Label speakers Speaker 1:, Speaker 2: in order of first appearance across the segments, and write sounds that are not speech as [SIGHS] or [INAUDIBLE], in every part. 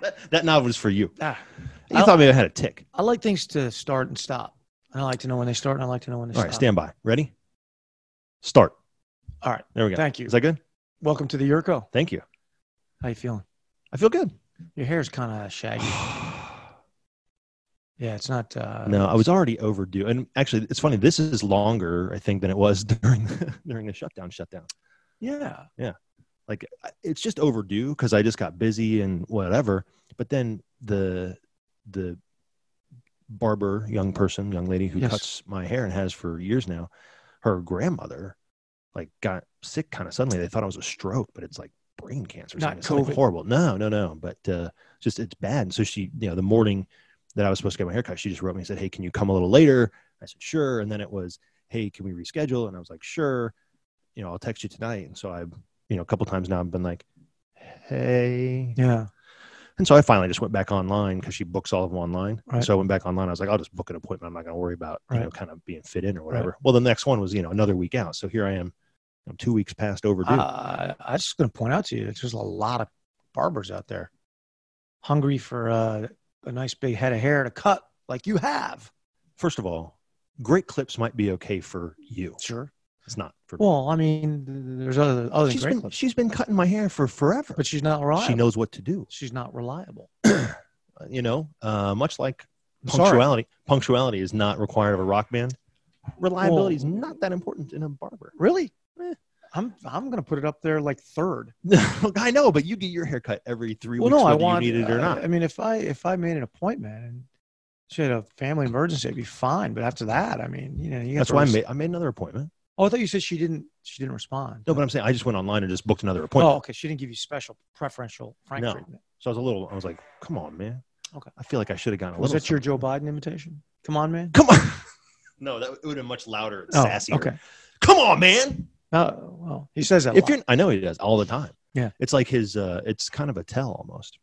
Speaker 1: that, [LAUGHS] that novel is for you.
Speaker 2: Ah.
Speaker 1: You
Speaker 2: I-
Speaker 1: thought maybe I had a tick.
Speaker 2: I like things to start and stop. And I like to know when they start and I like to know when they
Speaker 1: All
Speaker 2: stop.
Speaker 1: right, stand by. Ready? Start.
Speaker 2: All right.
Speaker 1: There we go.
Speaker 2: Thank you.
Speaker 1: Is that good?
Speaker 2: Welcome to the Yurko.
Speaker 1: Thank you.
Speaker 2: How you feeling?
Speaker 1: I feel good.
Speaker 2: Your hair's kind of shaggy. Yeah, it's not. Uh,
Speaker 1: [SIGHS] no, I was already overdue. And actually, it's funny. This is longer, I think, than it was [LAUGHS] during the, during the shutdown. Shutdown.
Speaker 2: Yeah.
Speaker 1: Like I- it's just overdue because I just got busy and whatever. But then the the barber, young person, young lady who
Speaker 2: Yes.
Speaker 1: cuts my hair and has for years now, her grandmother, like got sick kind of suddenly. They thought it was a stroke, but it's like brain cancer. or
Speaker 2: Not
Speaker 1: something. It's something
Speaker 2: COVID.
Speaker 1: horrible. No, no, no. But uh, just it's bad. And so she, you know, the morning that I was supposed to get my haircut, she just wrote me and said, "Hey, can you come a little later?" I said, "Sure." And then it was, "Hey, can we reschedule?" And I was like, "Sure." You know, I'll text you tonight. And so I, you know, a couple times now I've been like, "Hey,"
Speaker 2: Yeah.
Speaker 1: and so I finally just went back online because she books all of them online. And
Speaker 2: Right.
Speaker 1: So I went back online. I was like, I'll just book an appointment. I'm not going to worry about you know
Speaker 2: Right.
Speaker 1: kind of being fit in or whatever. Well, the next one was you know another week out. So here I am, I'm two weeks past overdue.
Speaker 2: Uh, I was just going to point out to you, there's a lot of barbers out there hungry for uh, a nice big head of hair to cut like you have.
Speaker 1: First of all, great clips might be okay for you.
Speaker 2: Sure.
Speaker 1: It's not for me.
Speaker 2: Well, I mean, th- th- there's other, other than
Speaker 1: she's
Speaker 2: great
Speaker 1: been
Speaker 2: clips,
Speaker 1: she's been cutting my hair for forever.
Speaker 2: but she's not reliable.
Speaker 1: she knows what to do.
Speaker 2: She's not reliable.
Speaker 1: You know, uh, much like
Speaker 2: I'm sorry.
Speaker 1: punctuality. Punctuality is not required of a rock band. Reliability is not that important in a
Speaker 2: [LAUGHS]
Speaker 1: barber.
Speaker 2: Really?
Speaker 1: Eh.
Speaker 2: I'm I'm gonna put it up there like third.
Speaker 1: I know, but you get your hair cut every three
Speaker 2: Well,
Speaker 1: weeks,
Speaker 2: no, I
Speaker 1: whether
Speaker 2: want
Speaker 1: you need it or
Speaker 2: I-
Speaker 1: not.
Speaker 2: I, mean, if I if I made an appointment and she had a family emergency, it'd be fine. But after that, I mean, you know, you have
Speaker 1: That's
Speaker 2: to
Speaker 1: why I
Speaker 2: res-
Speaker 1: made, I made another appointment.
Speaker 2: Oh, I thought you said she didn't she didn't respond.
Speaker 1: No, but I'm saying I just went online and just booked another
Speaker 2: oh,
Speaker 1: appointment.
Speaker 2: okay. She didn't give you special preferential Frank
Speaker 1: No.
Speaker 2: treatment.
Speaker 1: So I was a little, I was like, come on, man.
Speaker 2: Okay.
Speaker 1: I feel like I should have gotten a
Speaker 2: Was
Speaker 1: little.
Speaker 2: that your Joe Biden invitation? Come on, man.
Speaker 1: something. [LAUGHS] Come on. no, that it would have been much louder and
Speaker 2: Oh,
Speaker 1: sassier.
Speaker 2: okay.
Speaker 1: Come on, man.
Speaker 2: Uh, well, he says that. a
Speaker 1: If
Speaker 2: lot.
Speaker 1: you're, I know he does all the time.
Speaker 2: Yeah.
Speaker 1: It's like his, uh, it's kind of a tell almost.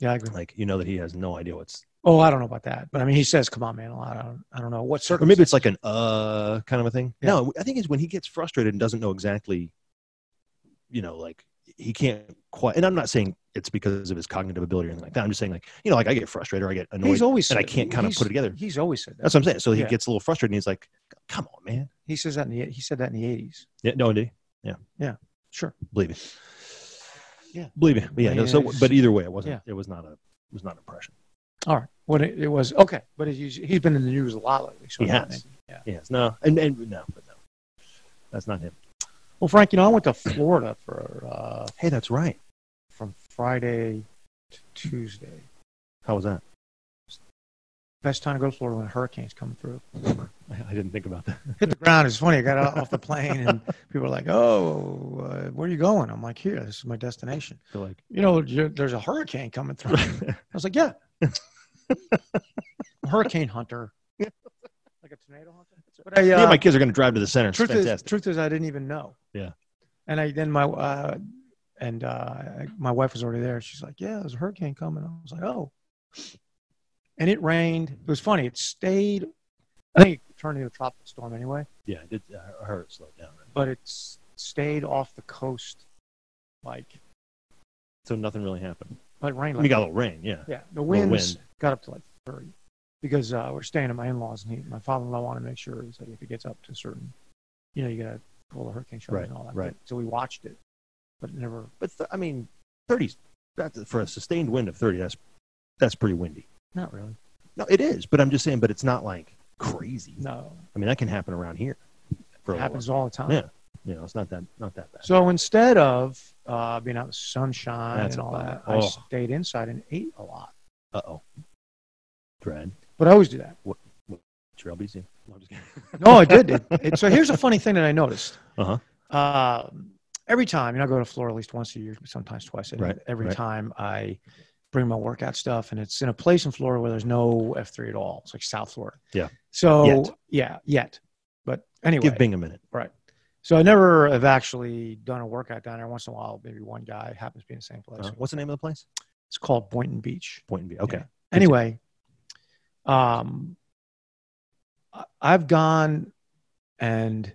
Speaker 2: yeah, I agree.
Speaker 1: Like, you know that he has no idea what's,
Speaker 2: Oh, I don't know about that, but I mean, he says, "Come on, man." A lot. I don't, I don't know what
Speaker 1: or
Speaker 2: circumstances.
Speaker 1: maybe it's like an uh kind of a thing.
Speaker 2: Yeah.
Speaker 1: No, I think it's when he gets frustrated and doesn't know exactly, you know, like he can't quite, and I'm not saying it's because of his cognitive ability or anything like that. I'm just saying like, you know, like I get frustrated or I get annoyed.
Speaker 2: he's always
Speaker 1: and I
Speaker 2: said-
Speaker 1: can't kinda
Speaker 2: he's-
Speaker 1: put it together.
Speaker 2: He's always said that.
Speaker 1: That's what I'm saying. So he
Speaker 2: Yeah.
Speaker 1: gets a little frustrated and he's like, come on, man.
Speaker 2: He says that in the he said that in the eighties.
Speaker 1: Yeah, no, indeed. Yeah.
Speaker 2: Yeah, sure.
Speaker 1: Believe me.
Speaker 2: Yeah.
Speaker 1: Believe me. Yeah.
Speaker 2: I
Speaker 1: no,
Speaker 2: mean,
Speaker 1: so,
Speaker 2: it's-
Speaker 1: but either way, it wasn't,
Speaker 2: yeah.
Speaker 1: it was not a, it was not an impression.
Speaker 2: All right, what it, it was okay, but he's he's been in the news a lot lately. So
Speaker 1: He
Speaker 2: I don't
Speaker 1: has.
Speaker 2: think- Yeah.
Speaker 1: Yes. No. And, and no, but no, that's not him.
Speaker 2: Well, Frank, you know, I went to Florida for uh,
Speaker 1: Hey, that's right.
Speaker 2: from Friday to Tuesday.
Speaker 1: How was that?
Speaker 2: Best time to go to Florida when a hurricane's coming through.
Speaker 1: I, I didn't think about that. [LAUGHS]
Speaker 2: Hit the ground. It's funny. I got out off the plane and people are like, "Oh, uh, where are you going?" I'm like, "Here. This is my destination."
Speaker 1: I feel like,
Speaker 2: [LAUGHS] You know, you- there's a hurricane coming through. I was like, "Yeah."
Speaker 1: [LAUGHS]
Speaker 2: hurricane hunter. like a tornado hunter. But I,
Speaker 1: yeah.
Speaker 2: uh,
Speaker 1: my kids are going to drive to the center. It's
Speaker 2: truth is,
Speaker 1: fantastic.
Speaker 2: truth is, I didn't even know.
Speaker 1: Yeah.
Speaker 2: And I then my uh, and uh, my wife was already there. She's like, "Yeah, there's a hurricane coming." I was like, "Oh." And it rained. It was funny. It stayed. I think it turned into a tropical storm anyway,
Speaker 1: yeah. It did, I heard it slowed down. Right?
Speaker 2: but it s- stayed off the coast, like
Speaker 1: So nothing really happened.
Speaker 2: but it rained.
Speaker 1: We
Speaker 2: Like,
Speaker 1: got a little rain. Yeah.
Speaker 2: yeah, the
Speaker 1: little
Speaker 2: winds
Speaker 1: wind.
Speaker 2: got up to like thirty because uh, we're staying at my in-laws, and he, my father-in-law wanted to make sure he's like if it gets up to a certain, you know, you gotta pull the hurricane shutter
Speaker 1: Right,
Speaker 2: and all that.
Speaker 1: right.
Speaker 2: So we watched it, but it never
Speaker 1: But th- I mean, 30s, that's for a sustained wind of 30, that's, that's pretty windy.
Speaker 2: Not really.
Speaker 1: No, it is. But I'm just saying, but it's not like crazy.
Speaker 2: No,
Speaker 1: I mean, that can happen around here. For a
Speaker 2: it
Speaker 1: little
Speaker 2: happens all the time.
Speaker 1: Yeah. while. You know, it's not that not that bad.
Speaker 2: So instead of uh, being out in the sunshine
Speaker 1: That's
Speaker 2: and all
Speaker 1: bad.
Speaker 2: that,
Speaker 1: Oh.
Speaker 2: I stayed inside and ate a lot.
Speaker 1: Uh oh. Dread.
Speaker 2: But I always do that.
Speaker 1: Trail BC. No, I'm just kidding.
Speaker 2: No, I did. It, it, so here's a funny thing that I noticed.
Speaker 1: Uh-huh.
Speaker 2: Um, every time, you know, I go to Florida at least once a year, sometimes twice. And
Speaker 1: Right,
Speaker 2: Every
Speaker 1: right.
Speaker 2: time I bring my workout stuff, and it's in a place in Florida where there's no F3 at all. It's like South Florida.
Speaker 1: Yeah.
Speaker 2: So,
Speaker 1: Yet.
Speaker 2: yeah, yet. But anyway.
Speaker 1: Give Bing a minute.
Speaker 2: So I never have actually done a workout down there. Once in a while, maybe one guy happens to be in the same place.
Speaker 1: Uh, what's the name of the place?
Speaker 2: It's called Boynton Beach.
Speaker 1: Point B. Okay.
Speaker 2: Yeah. Anyway, um, I- I've gone and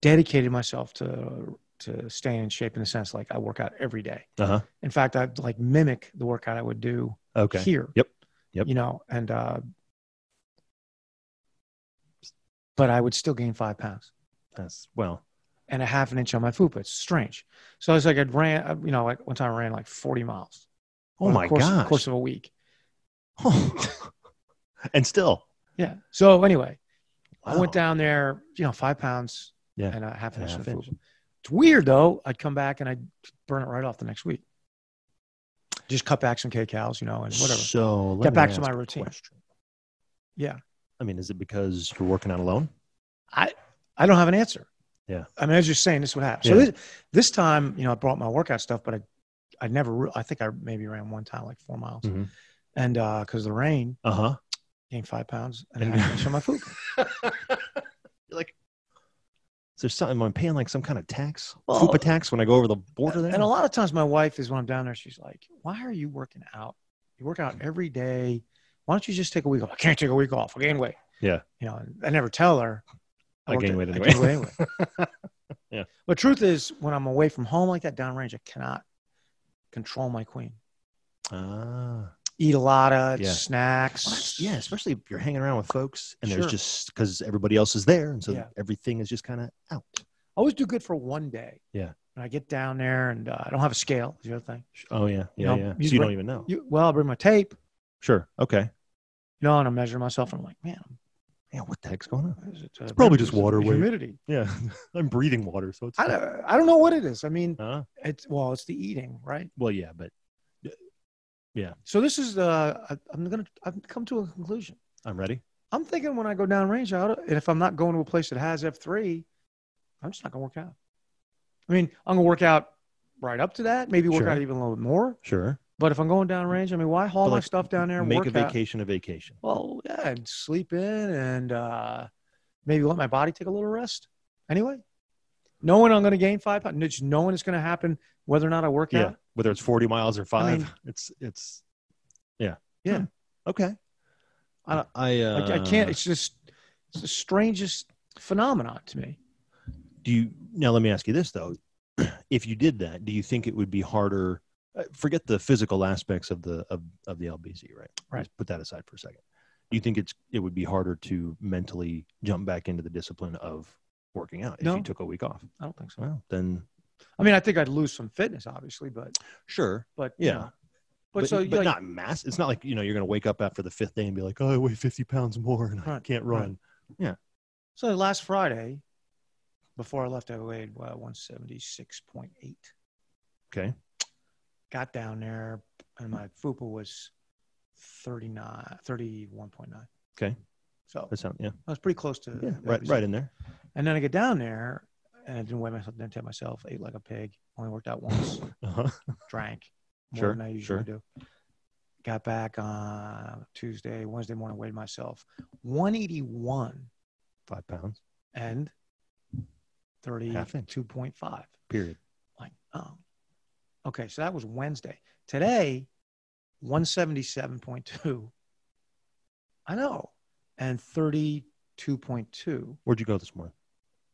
Speaker 2: dedicated myself to to stay in shape in a sense like I work out every day.
Speaker 1: Uh huh.
Speaker 2: In fact, I'd like mimic the workout I would do
Speaker 1: Okay.
Speaker 2: here.
Speaker 1: Yep. Yep.
Speaker 2: You know, and uh, but I would still gain five pounds
Speaker 1: That's well.
Speaker 2: and a half an inch on my fupa. It's strange. So it's like I ran, uh, you know, like one time I ran like 40 miles.
Speaker 1: Oh
Speaker 2: over the
Speaker 1: my
Speaker 2: course,
Speaker 1: gosh.
Speaker 2: Course of a week.
Speaker 1: [LAUGHS] and still.
Speaker 2: Yeah. So anyway, I went
Speaker 1: Wow.
Speaker 2: down there, you know, five pounds
Speaker 1: Yeah.
Speaker 2: and a half an
Speaker 1: And
Speaker 2: inch
Speaker 1: a
Speaker 2: of
Speaker 1: half
Speaker 2: fupa.
Speaker 1: inch.
Speaker 2: It's weird though. I'd come back and I'd burn it right off the next week. Just cut back some KCALs, you know, and whatever.
Speaker 1: So let
Speaker 2: Get
Speaker 1: me
Speaker 2: back to
Speaker 1: ask
Speaker 2: my
Speaker 1: a
Speaker 2: routine.
Speaker 1: question.
Speaker 2: Yeah.
Speaker 1: I mean, is it because you're working out alone?
Speaker 2: I don't have an answer.
Speaker 1: Yeah.
Speaker 2: I mean, I was just saying this would happen. So
Speaker 1: Yeah.
Speaker 2: this, this time, you know, I brought my workout stuff, but I, I never, re- I think I maybe ran one time, like four miles.
Speaker 1: Mhm.
Speaker 2: And uh, cause the rain
Speaker 1: Uh huh.
Speaker 2: gained five pounds and a
Speaker 1: And-
Speaker 2: half an inch on my food.
Speaker 1: You're like, is there something I'm paying like some kind of tax,
Speaker 2: Well-
Speaker 1: FUPA tax when I go over the border there?
Speaker 2: And a lot of times, my wife is when I'm down there, she's like, "Why are you working out? You work out every day. Why don't you just take a week off? I can't take a week off. I gain weight.
Speaker 1: Yeah.
Speaker 2: you know, and I never tell her.
Speaker 1: I
Speaker 2: worked
Speaker 1: gain
Speaker 2: out-
Speaker 1: weight
Speaker 2: I
Speaker 1: anyway.
Speaker 2: gain weight anyway.
Speaker 1: Yeah.
Speaker 2: But truth is, when I'm away from home like that downrange, I cannot control my queen.
Speaker 1: [LAUGHS] Ah.
Speaker 2: Eat a lot of
Speaker 1: Yeah.
Speaker 2: snacks.
Speaker 1: Well, that's- yeah, especially if you're hanging around with folks and
Speaker 2: Sure.
Speaker 1: there's just because everybody else is there, and so
Speaker 2: Yeah.
Speaker 1: everything is just kind of out.
Speaker 2: I always do good for one day.
Speaker 1: Yeah.
Speaker 2: And I get down there, and uh, I don't have a scale. Is the other thing.
Speaker 1: Oh yeah,
Speaker 2: You
Speaker 1: yeah,
Speaker 2: know,
Speaker 1: yeah.
Speaker 2: you
Speaker 1: So you
Speaker 2: bring-
Speaker 1: don't even know.
Speaker 2: You, well, I bring my tape.
Speaker 1: sure. Okay.
Speaker 2: You know, and I measure myself, and I'm like, man,
Speaker 1: Yeah. What the heck's going on?
Speaker 2: is it, uh,
Speaker 1: It's probably just water weight.
Speaker 2: humidity.
Speaker 1: Yeah, [LAUGHS] I'm breathing water, so it's. [LAUGHS]
Speaker 2: I don't, I don't know what it is. I mean,
Speaker 1: Huh?
Speaker 2: it's well, it's the eating, right?
Speaker 1: Well, yeah, but
Speaker 2: So this is the I, I'm gonna I've come to a conclusion.
Speaker 1: I'm ready.
Speaker 2: I'm thinking when I go downrange out, and if I'm not going to a place that has F3, I'm just not gonna work out. I mean, I'm gonna work out right up to that, maybe work
Speaker 1: Sure.
Speaker 2: out even a little bit more.
Speaker 1: Sure.
Speaker 2: But if I'm going downrange, I mean, why haul
Speaker 1: But,
Speaker 2: my
Speaker 1: like,
Speaker 2: stuff down there and
Speaker 1: Make
Speaker 2: work
Speaker 1: a
Speaker 2: out?
Speaker 1: vacation a vacation.
Speaker 2: Well, yeah, and sleep in and uh, maybe let my body take a little rest. Anyway, knowing I'm gonna gain five pounds, just knowing it's gonna happen, whether or not I work
Speaker 1: Yeah.
Speaker 2: out.
Speaker 1: Whether it's 40 miles or five, [LAUGHS]
Speaker 2: mean-
Speaker 1: it's it's yeah
Speaker 2: Yeah.
Speaker 1: Hmm. Okay.
Speaker 2: I don't-
Speaker 1: I uh,
Speaker 2: I, I can't. It's just it's the strangest phenomenon to me.
Speaker 1: do you now? Let me ask you this though: [CLEARS THROAT] If you did that, do you think it would be harder? uh, Forget the physical aspects of the of, of the LBZ, right?
Speaker 2: Right.
Speaker 1: Just put that aside for a second. Do you think it's it would be harder to mentally jump back into the discipline of working out if
Speaker 2: No.
Speaker 1: you took a week off?
Speaker 2: I don't think so.
Speaker 1: Well, then
Speaker 2: I mean, I think I'd lose some fitness, obviously, but
Speaker 1: sure,
Speaker 2: but
Speaker 1: Yeah.
Speaker 2: you know. but, so
Speaker 1: but
Speaker 2: like,
Speaker 1: not mass. It's not like you know you're going to wake up after the fifth day and be like, oh, I weigh fifty pounds more and I
Speaker 2: Right,
Speaker 1: can't
Speaker 2: right.
Speaker 1: run.
Speaker 2: so last Friday, before I left, I weighed uh, one seventy six point eight.
Speaker 1: Okay.
Speaker 2: Got down there, and my fupa was 39, 31.9.
Speaker 1: Okay.
Speaker 2: So
Speaker 1: That sound yeah,
Speaker 2: I was pretty close to
Speaker 1: yeah,
Speaker 2: Uh, that
Speaker 1: right,
Speaker 2: result.
Speaker 1: right in there.
Speaker 2: And then I get down there, and I didn't weigh myself, didn't take myself, ate like a pig, only worked out once.
Speaker 1: Uh-huh.
Speaker 2: drank more
Speaker 1: Sure,
Speaker 2: than I usually
Speaker 1: sure.
Speaker 2: do. Got back on Tuesday, Wednesday morning, weighed myself 181
Speaker 1: Five pounds.
Speaker 2: and
Speaker 1: Half inch.
Speaker 2: 32.5.
Speaker 1: Period.
Speaker 2: Like, oh, okay. So that was Wednesday. Today, 177.2. I know. And 32.2
Speaker 1: Where'd you go this morning?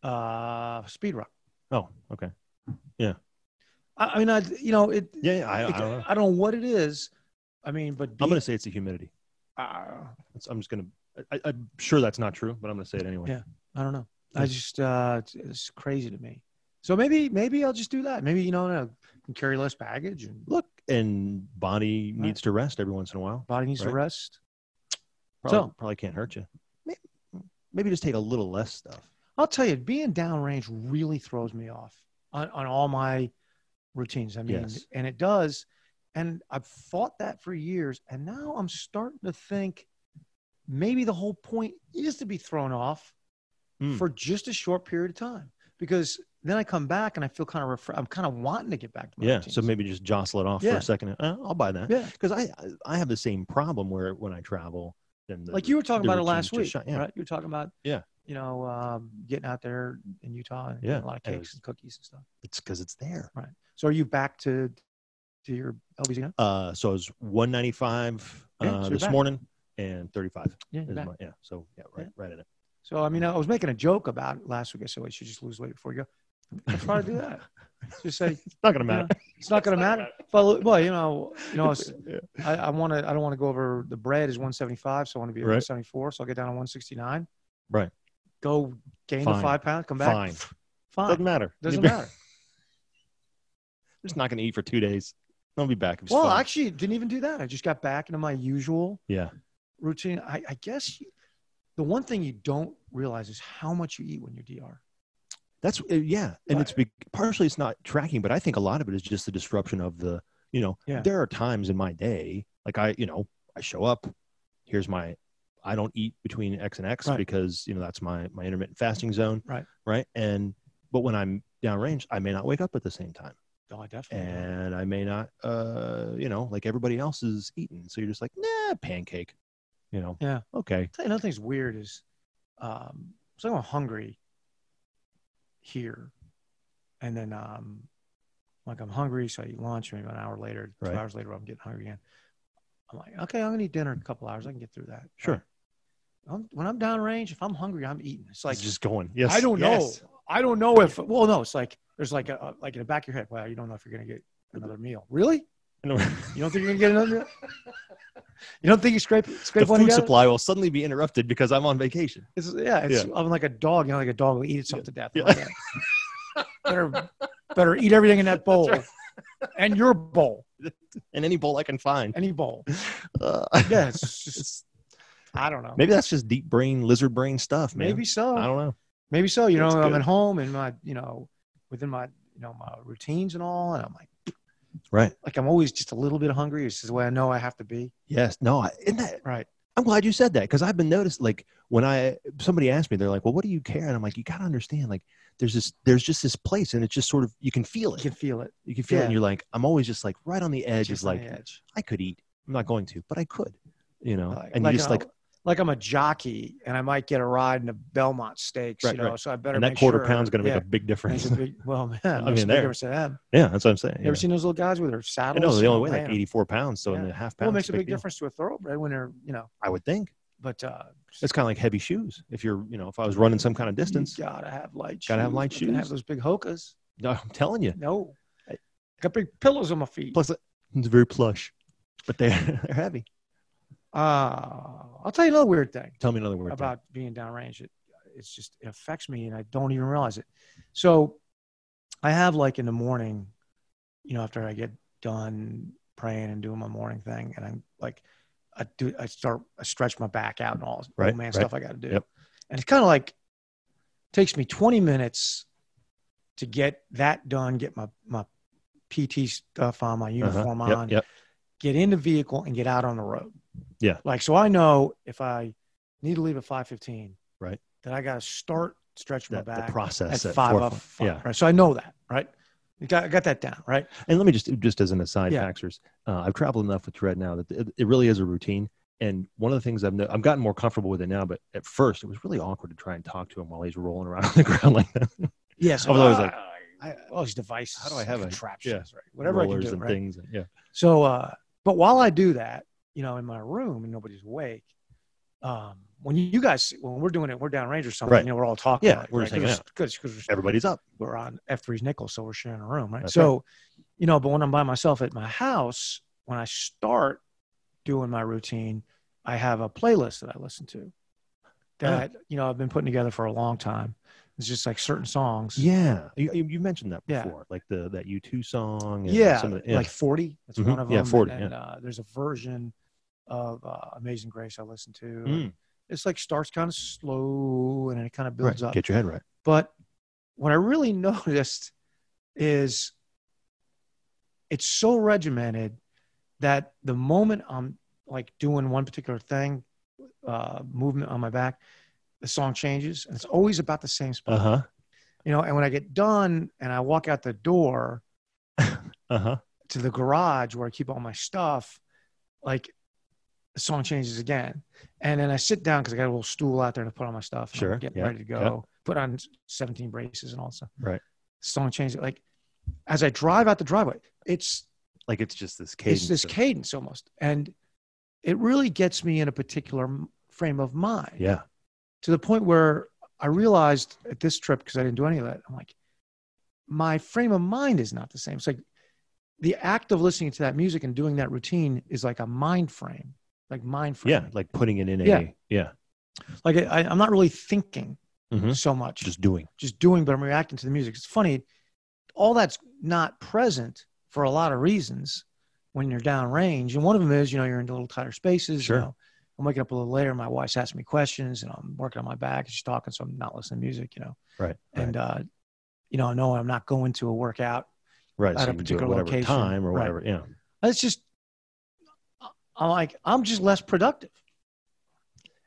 Speaker 2: uh, speed rock.
Speaker 1: Oh, okay.
Speaker 2: I, I mean, I, you know, it,
Speaker 1: Yeah, yeah I,
Speaker 2: it-
Speaker 1: I don't know.
Speaker 2: I don't know what it is. I mean, but
Speaker 1: I'm going
Speaker 2: being-
Speaker 1: to say it's the humidity.
Speaker 2: uh,
Speaker 1: It's, I'm just going to. I, I'm sure that's not true, but I'm going to say it anyway.
Speaker 2: Yeah. I don't know.
Speaker 1: Yeah.
Speaker 2: I just uh, it's, it's crazy to me. So maybe maybe I'll just do that. Maybe you know I can carry less baggage and
Speaker 1: Look, and body
Speaker 2: Right.
Speaker 1: needs to rest every once in a while.
Speaker 2: body needs to
Speaker 1: Right.
Speaker 2: rest.
Speaker 1: Probably,
Speaker 2: So-
Speaker 1: probably can't hurt you. Maybe, maybe just take a little less stuff.
Speaker 2: I'll tell you, being downrange really throws me off on, on all my routines. I mean,
Speaker 1: Yes.
Speaker 2: and it does. And I've fought that for years, and now I'm starting to think maybe the whole point is to be thrown off
Speaker 1: Hmm.
Speaker 2: for just a short period of time because then I come back and I feel kind of refre- I'm kind of wanting to get back to my
Speaker 1: Yeah.
Speaker 2: routines.
Speaker 1: So maybe just jostle it off for
Speaker 2: Yeah.
Speaker 1: a second. Uh, I'll buy that.
Speaker 2: yeah.
Speaker 1: because I I have the same problem where when I travel, then the,
Speaker 2: like you were talking
Speaker 1: the
Speaker 2: about it
Speaker 1: routine's
Speaker 2: last
Speaker 1: just
Speaker 2: week,
Speaker 1: shot, yeah.
Speaker 2: right? You were talking about
Speaker 1: Yeah.
Speaker 2: you know, um, getting out there in Utah and getting
Speaker 1: Yeah,
Speaker 2: a lot of
Speaker 1: and it's-
Speaker 2: cakes and cookies and stuff.
Speaker 1: it's because it's there.
Speaker 2: So are you back to to your LBZ now?
Speaker 1: Uh, so I was 195
Speaker 2: Yeah, so
Speaker 1: uh,
Speaker 2: you're
Speaker 1: this
Speaker 2: back.
Speaker 1: morning and 35.
Speaker 2: Yeah,
Speaker 1: Is
Speaker 2: you're back.
Speaker 1: my, yeah, so yeah, right, right in it.
Speaker 2: So I mean, I was making a joke about it last week. I said, "Well, you should just lose weight before you go." Try to do that. Just say
Speaker 1: It's not gonna matter.
Speaker 2: it's not going to matter. But well, you know, you know,
Speaker 1: [LAUGHS]
Speaker 2: it's- I, I want to. I don't want to go over. The bread is 175, so I want to be at
Speaker 1: Right.
Speaker 2: 174. So I'll get down to 169.
Speaker 1: Right.
Speaker 2: Go gain the
Speaker 1: Fine.
Speaker 2: five pounds. Come back.
Speaker 1: Fine.
Speaker 2: Fine.
Speaker 1: Doesn't
Speaker 2: Doesn't,
Speaker 1: matter. You're
Speaker 2: matter.
Speaker 1: just not gonna eat for two days. I'll be back. It's
Speaker 2: Well,
Speaker 1: fine.
Speaker 2: actually, didn't even do that. I just got back into my usual
Speaker 1: yeah,
Speaker 2: routine. I, I guess you- the one thing you don't realize is how much you eat when you're DR.
Speaker 1: that's uh, yeah, and
Speaker 2: Right.
Speaker 1: it's be- partially it's not tracking, but I think a lot of it is just the disruption of the. You know,
Speaker 2: Yeah.
Speaker 1: there are times in my day, like I, you know, I show up. Here's my, I don't eat between X and X
Speaker 2: Right.
Speaker 1: because you know that's my my intermittent fasting zone.
Speaker 2: Right.
Speaker 1: Right. And but when I'm downrange, I may not wake up at the same time.
Speaker 2: Oh, I definitely. don't.
Speaker 1: and I may not, uh, you know, like everybody else is eating. So you're just like, nah, pancake, you know?
Speaker 2: Yeah.
Speaker 1: Okay.
Speaker 2: Tell you another thing's weird is, um, so I'm hungry here, and then um, like I'm hungry, so I eat lunch. Maybe an hour later, two
Speaker 1: Right.
Speaker 2: hours later, I'm getting hungry again. I'm like, okay, I'm gonna eat dinner in a couple hours. I can get through that.
Speaker 1: Sure.
Speaker 2: I'm- when I'm downrange, if I'm hungry, I'm eating. It's like
Speaker 1: it's just going. Yes.
Speaker 2: I don't
Speaker 1: yes.
Speaker 2: know. I don't know if. Well, no, it's like there's like a, a- like in the back of your head. Well, you don't know if you're gonna get another meal. Really?
Speaker 1: [LAUGHS] I know.
Speaker 2: You don't think you're gonna get another? meal? You don't think you scrape
Speaker 1: the
Speaker 2: scrape one
Speaker 1: food
Speaker 2: together?
Speaker 1: supply will suddenly be interrupted because I'm on vacation.
Speaker 2: It's, yeah, it's, I'm like a dog. You know, like a dog will eat itself to death. I'm
Speaker 1: Yeah.
Speaker 2: like
Speaker 1: [LAUGHS]
Speaker 2: that. better, better eat everything in that bowl,
Speaker 1: right.
Speaker 2: and your bowl,
Speaker 1: In any bowl I can find.
Speaker 2: any
Speaker 1: [LAUGHS]
Speaker 2: bowl.
Speaker 1: Uh,
Speaker 2: [LAUGHS] Yeah, it's just, I don't know.
Speaker 1: maybe that's just deep brain, lizard brain stuff, man.
Speaker 2: Maybe
Speaker 1: I
Speaker 2: so.
Speaker 1: don't know.
Speaker 2: Maybe so. You know,
Speaker 1: That's
Speaker 2: I'm
Speaker 1: good.
Speaker 2: at home and my, you know, within my, you know, my routines and all, and I'm like,
Speaker 1: Right.
Speaker 2: like I'm always just a little bit hungry. This is the way I know I have to be.
Speaker 1: Yes. No, I, isn't that,
Speaker 2: Right.
Speaker 1: I'm glad you said that because I've been noticed. Like when I somebody asked me, they're like, "Well, what do you care?" And I'm like, "You gotta understand. Like there's this, there's just this place, and it's just sort of you can feel
Speaker 2: You
Speaker 1: it.
Speaker 2: can feel it.
Speaker 1: You can feel it, and
Speaker 2: Yeah.
Speaker 1: you're like, I'm always just like right on the edge. Is
Speaker 2: on
Speaker 1: like
Speaker 2: the edge.
Speaker 1: I could eat. I'm not going to, but I could. You know,
Speaker 2: Like-
Speaker 1: and
Speaker 2: like
Speaker 1: you just
Speaker 2: a-
Speaker 1: like
Speaker 2: like I'm a jockey and I might get a ride in the Belmont Stakes,
Speaker 1: Right,
Speaker 2: you know,
Speaker 1: right.
Speaker 2: so I better
Speaker 1: and that
Speaker 2: make
Speaker 1: quarter
Speaker 2: sure-
Speaker 1: pound's gonna make
Speaker 2: yeah.
Speaker 1: a big [LAUGHS]
Speaker 2: Makes
Speaker 1: difference.
Speaker 2: a big- well, man,
Speaker 1: [LAUGHS] I mean,
Speaker 2: makes a big
Speaker 1: there.
Speaker 2: difference to them.
Speaker 1: yeah, that's what I'm saying.
Speaker 2: You
Speaker 1: Yeah.
Speaker 2: ever seen those little guys with their
Speaker 1: I
Speaker 2: saddles?
Speaker 1: know they're the
Speaker 2: You
Speaker 1: only way,
Speaker 2: Oh, man,
Speaker 1: like 84 pounds, so in
Speaker 2: Yeah.
Speaker 1: the half pound,
Speaker 2: Well, it makes a big,
Speaker 1: deal.
Speaker 2: difference to a thoroughbred when they're, you know,
Speaker 1: I would think
Speaker 2: but uh,
Speaker 1: it's kind of like heavy shoes. If you're, you know, if I was running some kind of distance,
Speaker 2: You gotta have light.
Speaker 1: Gotta have
Speaker 2: shoes.
Speaker 1: light
Speaker 2: I can't Have
Speaker 1: shoes.
Speaker 2: those big hokas?
Speaker 1: no, I'm telling you,
Speaker 2: No, I got big pillows on my feet.
Speaker 1: plus uh, it's very plush, but they're [LAUGHS] they're heavy.
Speaker 2: Uh, I'll tell you another weird thing
Speaker 1: Tell me another word. Uh-huh. Dan.
Speaker 2: about being downrange. It, it's just it affects me, and I don't even realize it. So, I have like in the morning, you know, after I get done praying and doing my morning thing, and I'm like, I do, I start, I stretch my back out and all this
Speaker 1: Right,
Speaker 2: man
Speaker 1: right.
Speaker 2: stuff I got to do,
Speaker 1: Yep.
Speaker 2: and it's kind of like takes me 20 minutes to get that done, get my my PT stuff on, my
Speaker 1: Uh-huh.
Speaker 2: uniform
Speaker 1: Yep,
Speaker 2: on,
Speaker 1: yep.
Speaker 2: get in the vehicle and get out on the road.
Speaker 1: Yeah.
Speaker 2: Like so I know if I need to leave at five fifteen,
Speaker 1: Right.
Speaker 2: That I gotta start stretching my
Speaker 1: that,
Speaker 2: back
Speaker 1: the process
Speaker 2: at
Speaker 1: at
Speaker 2: five up
Speaker 1: forefront.
Speaker 2: five,
Speaker 1: Yeah.
Speaker 2: Right. So I know that, right? You got I got that down, right?
Speaker 1: And let me just, just as an aside,
Speaker 2: Yeah.
Speaker 1: Faxers, uh, I've traveled enough with Dread now that it, it really is a routine. And one of the things I've, no- I've gotten more comfortable with it now, but at first it was really awkward to try and talk to him while he's rolling around [LAUGHS] on the ground like that.
Speaker 2: Yes.
Speaker 1: I was always like,
Speaker 2: all these devices.
Speaker 1: How do I have a-
Speaker 2: contraptions,
Speaker 1: yeah.
Speaker 2: right? Whatever
Speaker 1: Rollers
Speaker 2: I can do,
Speaker 1: and
Speaker 2: right?
Speaker 1: things. Yeah.
Speaker 2: So, uh, but while I do that, you know, in my room and nobody's awake, um, when you guys, when we're doing it, we're downrange or something,
Speaker 1: Right.
Speaker 2: you know, we're all talking.
Speaker 1: Yeah,
Speaker 2: like,
Speaker 1: we're
Speaker 2: right?
Speaker 1: just hanging
Speaker 2: 'Cause- Cause, cause we're,
Speaker 1: Everybody's up.
Speaker 2: we're on F3's nickel, so we're sharing a room, right?
Speaker 1: That's
Speaker 2: so, you know, but when I'm by myself at my house, when I start doing my routine, I have a playlist that I listen to
Speaker 1: Ah.
Speaker 2: that, you know, I've been putting together for a long time. It's just like certain songs.
Speaker 1: Yeah. You, you you mentioned that
Speaker 2: Yeah.
Speaker 1: before, like the, that U2 song. And
Speaker 2: Yeah,
Speaker 1: Some of the, yeah.
Speaker 2: like 40. That's
Speaker 1: Mhm.
Speaker 2: one of
Speaker 1: Yeah,
Speaker 2: them.
Speaker 1: 40,
Speaker 2: And, uh, there's a version of uh, Amazing Grace I listen to.
Speaker 1: Mm.
Speaker 2: It's like starts kind of slow and then it kind of builds
Speaker 1: right.
Speaker 2: up.
Speaker 1: Get your head right.
Speaker 2: But what I really [LAUGHS] noticed is it's so regimented that the moment I'm like doing one particular thing, uh, movement on my back, the song changes and it's always about the same spot.
Speaker 1: Uh huh.
Speaker 2: You know, and when I get done and I walk out the door,
Speaker 1: Uh huh.
Speaker 2: to the garage where I keep all my stuff, like the song changes again. And then I sit down because I got a little stool out there to put all my stuff. and I'm
Speaker 1: Sure,
Speaker 2: getting
Speaker 1: yeah,
Speaker 2: ready to go. Put on 17 braces and all that stuff.
Speaker 1: Right.
Speaker 2: Song changes. Like as I drive out the driveway, it's
Speaker 1: Like it's just this cadence.
Speaker 2: it's this
Speaker 1: of-
Speaker 2: cadence almost, and it really gets me in a particular m- frame of mind
Speaker 1: Yeah.
Speaker 2: to the point where I realized at this trip because I didn't do any of that. I'm like, my frame of mind is not the same. It's like the act of listening to that music and doing that routine is like a mind frame, like mind frame.
Speaker 1: Yeah, like putting it in a yeah.
Speaker 2: Yeah. Like I, I'm not really thinking
Speaker 1: Mhm.
Speaker 2: so much, just,
Speaker 1: just doing.
Speaker 2: doing, but I'm reacting to the music. It's funny. All that's not present for a lot of reasons when you're downrange. And one of them is, you know, you're in little tighter spaces.
Speaker 1: Sure.
Speaker 2: You know, I'm waking up a little later. My wife's asking me questions and I'm working on my back. and She's talking, so I'm not listening to music, you know.
Speaker 1: Right.
Speaker 2: And, uh, you know, I know I'm not going to a workout
Speaker 1: right.
Speaker 2: at a
Speaker 1: so you can do it
Speaker 2: particular
Speaker 1: whatever
Speaker 2: location,
Speaker 1: time or
Speaker 2: right.
Speaker 1: whatever. Yeah.
Speaker 2: It's just, I'm like, I'm just less productive.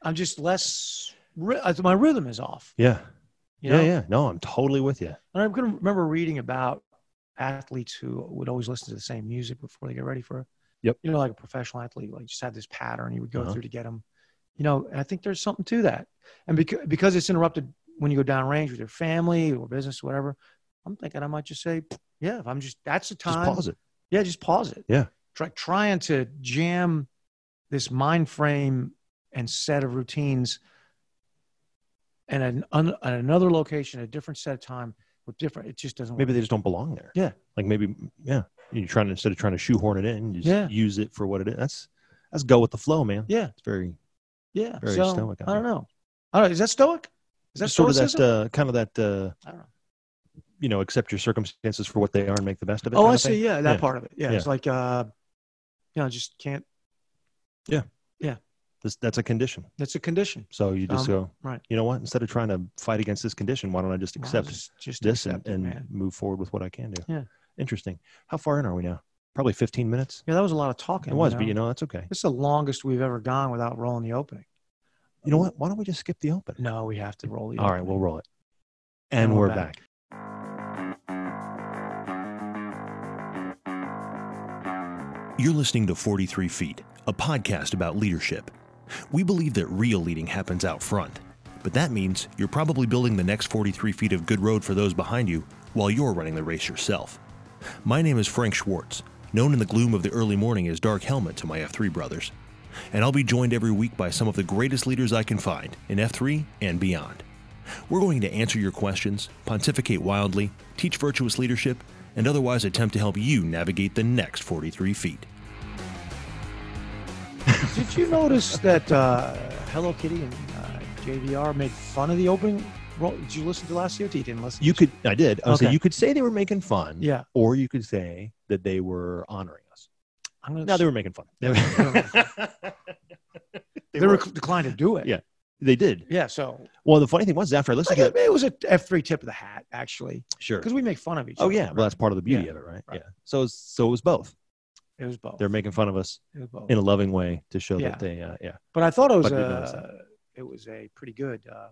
Speaker 2: I'm just less, ri- uh, my rhythm is off.
Speaker 1: Yeah. yeah.
Speaker 2: You know?
Speaker 1: Yeah. No, I'm totally with you.
Speaker 2: And I'm going to remember reading about athletes who would always listen to the same music before they get ready for,
Speaker 1: Yep.
Speaker 2: you know, like a professional athlete, like just had this pattern you would go
Speaker 1: Uh-huh.
Speaker 2: through to get them, you know, and I think there's something to that. And because, because it's interrupted when you go downrange with your family or business, or whatever, I'm thinking I might just say, yeah, if I'm just, that's the
Speaker 1: Just
Speaker 2: time.
Speaker 1: pause it.
Speaker 2: Yeah, just pause it.
Speaker 1: Yeah.
Speaker 2: Try trying to jam this mind frame and set of routines and an, un, at another location, a different set of time with different. It just doesn't.
Speaker 1: Maybe
Speaker 2: work.
Speaker 1: they just don't belong there.
Speaker 2: Yeah.
Speaker 1: Like maybe, yeah. You're trying to, instead of trying to shoehorn it in, you just
Speaker 2: Yeah.
Speaker 1: use it for what it is. That's, that's go with the flow, man.
Speaker 2: Yeah,
Speaker 1: It's very,
Speaker 2: yeah.
Speaker 1: Very
Speaker 2: so
Speaker 1: stoic, I
Speaker 2: I don't know. I don't know. Is that stoic? Is that
Speaker 1: It's sort of
Speaker 2: stoicism?
Speaker 1: that, uh, kind of that, uh,
Speaker 2: I don't know.
Speaker 1: you know, accept your circumstances for what they are and make the best of it.
Speaker 2: Oh,
Speaker 1: kind
Speaker 2: I
Speaker 1: of thing.
Speaker 2: see. Yeah, that
Speaker 1: Yeah.
Speaker 2: part of it. Yeah, it's like uh, you know, just can't.
Speaker 1: This, that's a condition.
Speaker 2: That's a condition.
Speaker 1: So you just
Speaker 2: Um,
Speaker 1: go,
Speaker 2: right.
Speaker 1: You know what? Instead of trying to fight against this condition, why don't I just
Speaker 2: Well,
Speaker 1: accept
Speaker 2: just, just
Speaker 1: this and,
Speaker 2: accept it,
Speaker 1: and
Speaker 2: man.
Speaker 1: move forward with what I can do?
Speaker 2: Yeah.
Speaker 1: Interesting. How far in are we now? Probably 15 minutes.
Speaker 2: Yeah, that was a lot of talking.
Speaker 1: It was, but you know, that's okay.
Speaker 2: This is the longest we've ever gone without rolling the opening.
Speaker 1: You know what? Why don't we just skip the open?
Speaker 2: No, we have to roll the.
Speaker 1: All right,
Speaker 2: opening.
Speaker 1: we'll roll it. And, we're back.
Speaker 3: You're listening to 43 Feet, a podcast about leadership. We believe that real leading happens out front, but that means you're probably building the next 43 feet of good road for those behind you while you're running the race yourself. My name is Frank Schwartz, known in the gloom of the early morning as Dark Helmet to my F3 brothers, and I'll be joined every week by some of the greatest leaders I can find in F3 and beyond. We're going to answer your questions, pontificate wildly, teach virtuous leadership, and otherwise attempt to help you navigate the next 43 feet.
Speaker 2: Did you notice that uh, Hello Kitty and uh, JVR made fun of the opening? Roll? Did you listen to last COT? You didn't listen.
Speaker 1: You could, I did. I was
Speaker 2: Okay.
Speaker 1: like, you could say they were making fun,
Speaker 2: Yeah,
Speaker 1: or you could say that they were honoring us.
Speaker 2: I'm gonna.
Speaker 1: No, they were making fun. They, [LAUGHS]
Speaker 2: they,
Speaker 1: were.
Speaker 2: were declined to do it.
Speaker 1: Yeah. They did.
Speaker 2: yeah. So
Speaker 1: Well, the funny thing was, after I listened
Speaker 2: like,
Speaker 1: to it,
Speaker 2: it, it was a F three tip of the hat actually,
Speaker 1: sure.
Speaker 2: because we make fun of each.
Speaker 1: Oh
Speaker 2: other.
Speaker 1: yeah, well that's part of the beauty
Speaker 2: Yeah.
Speaker 1: of it, right?
Speaker 2: Right.
Speaker 1: Yeah. So it was, so it was both.
Speaker 2: it was both.
Speaker 1: They're making fun of us
Speaker 2: it was both.
Speaker 1: in a loving way to show
Speaker 2: Yeah.
Speaker 1: that they, uh, yeah,
Speaker 2: but I thought it was
Speaker 1: But I did notice
Speaker 2: a. It was a pretty good. Uh,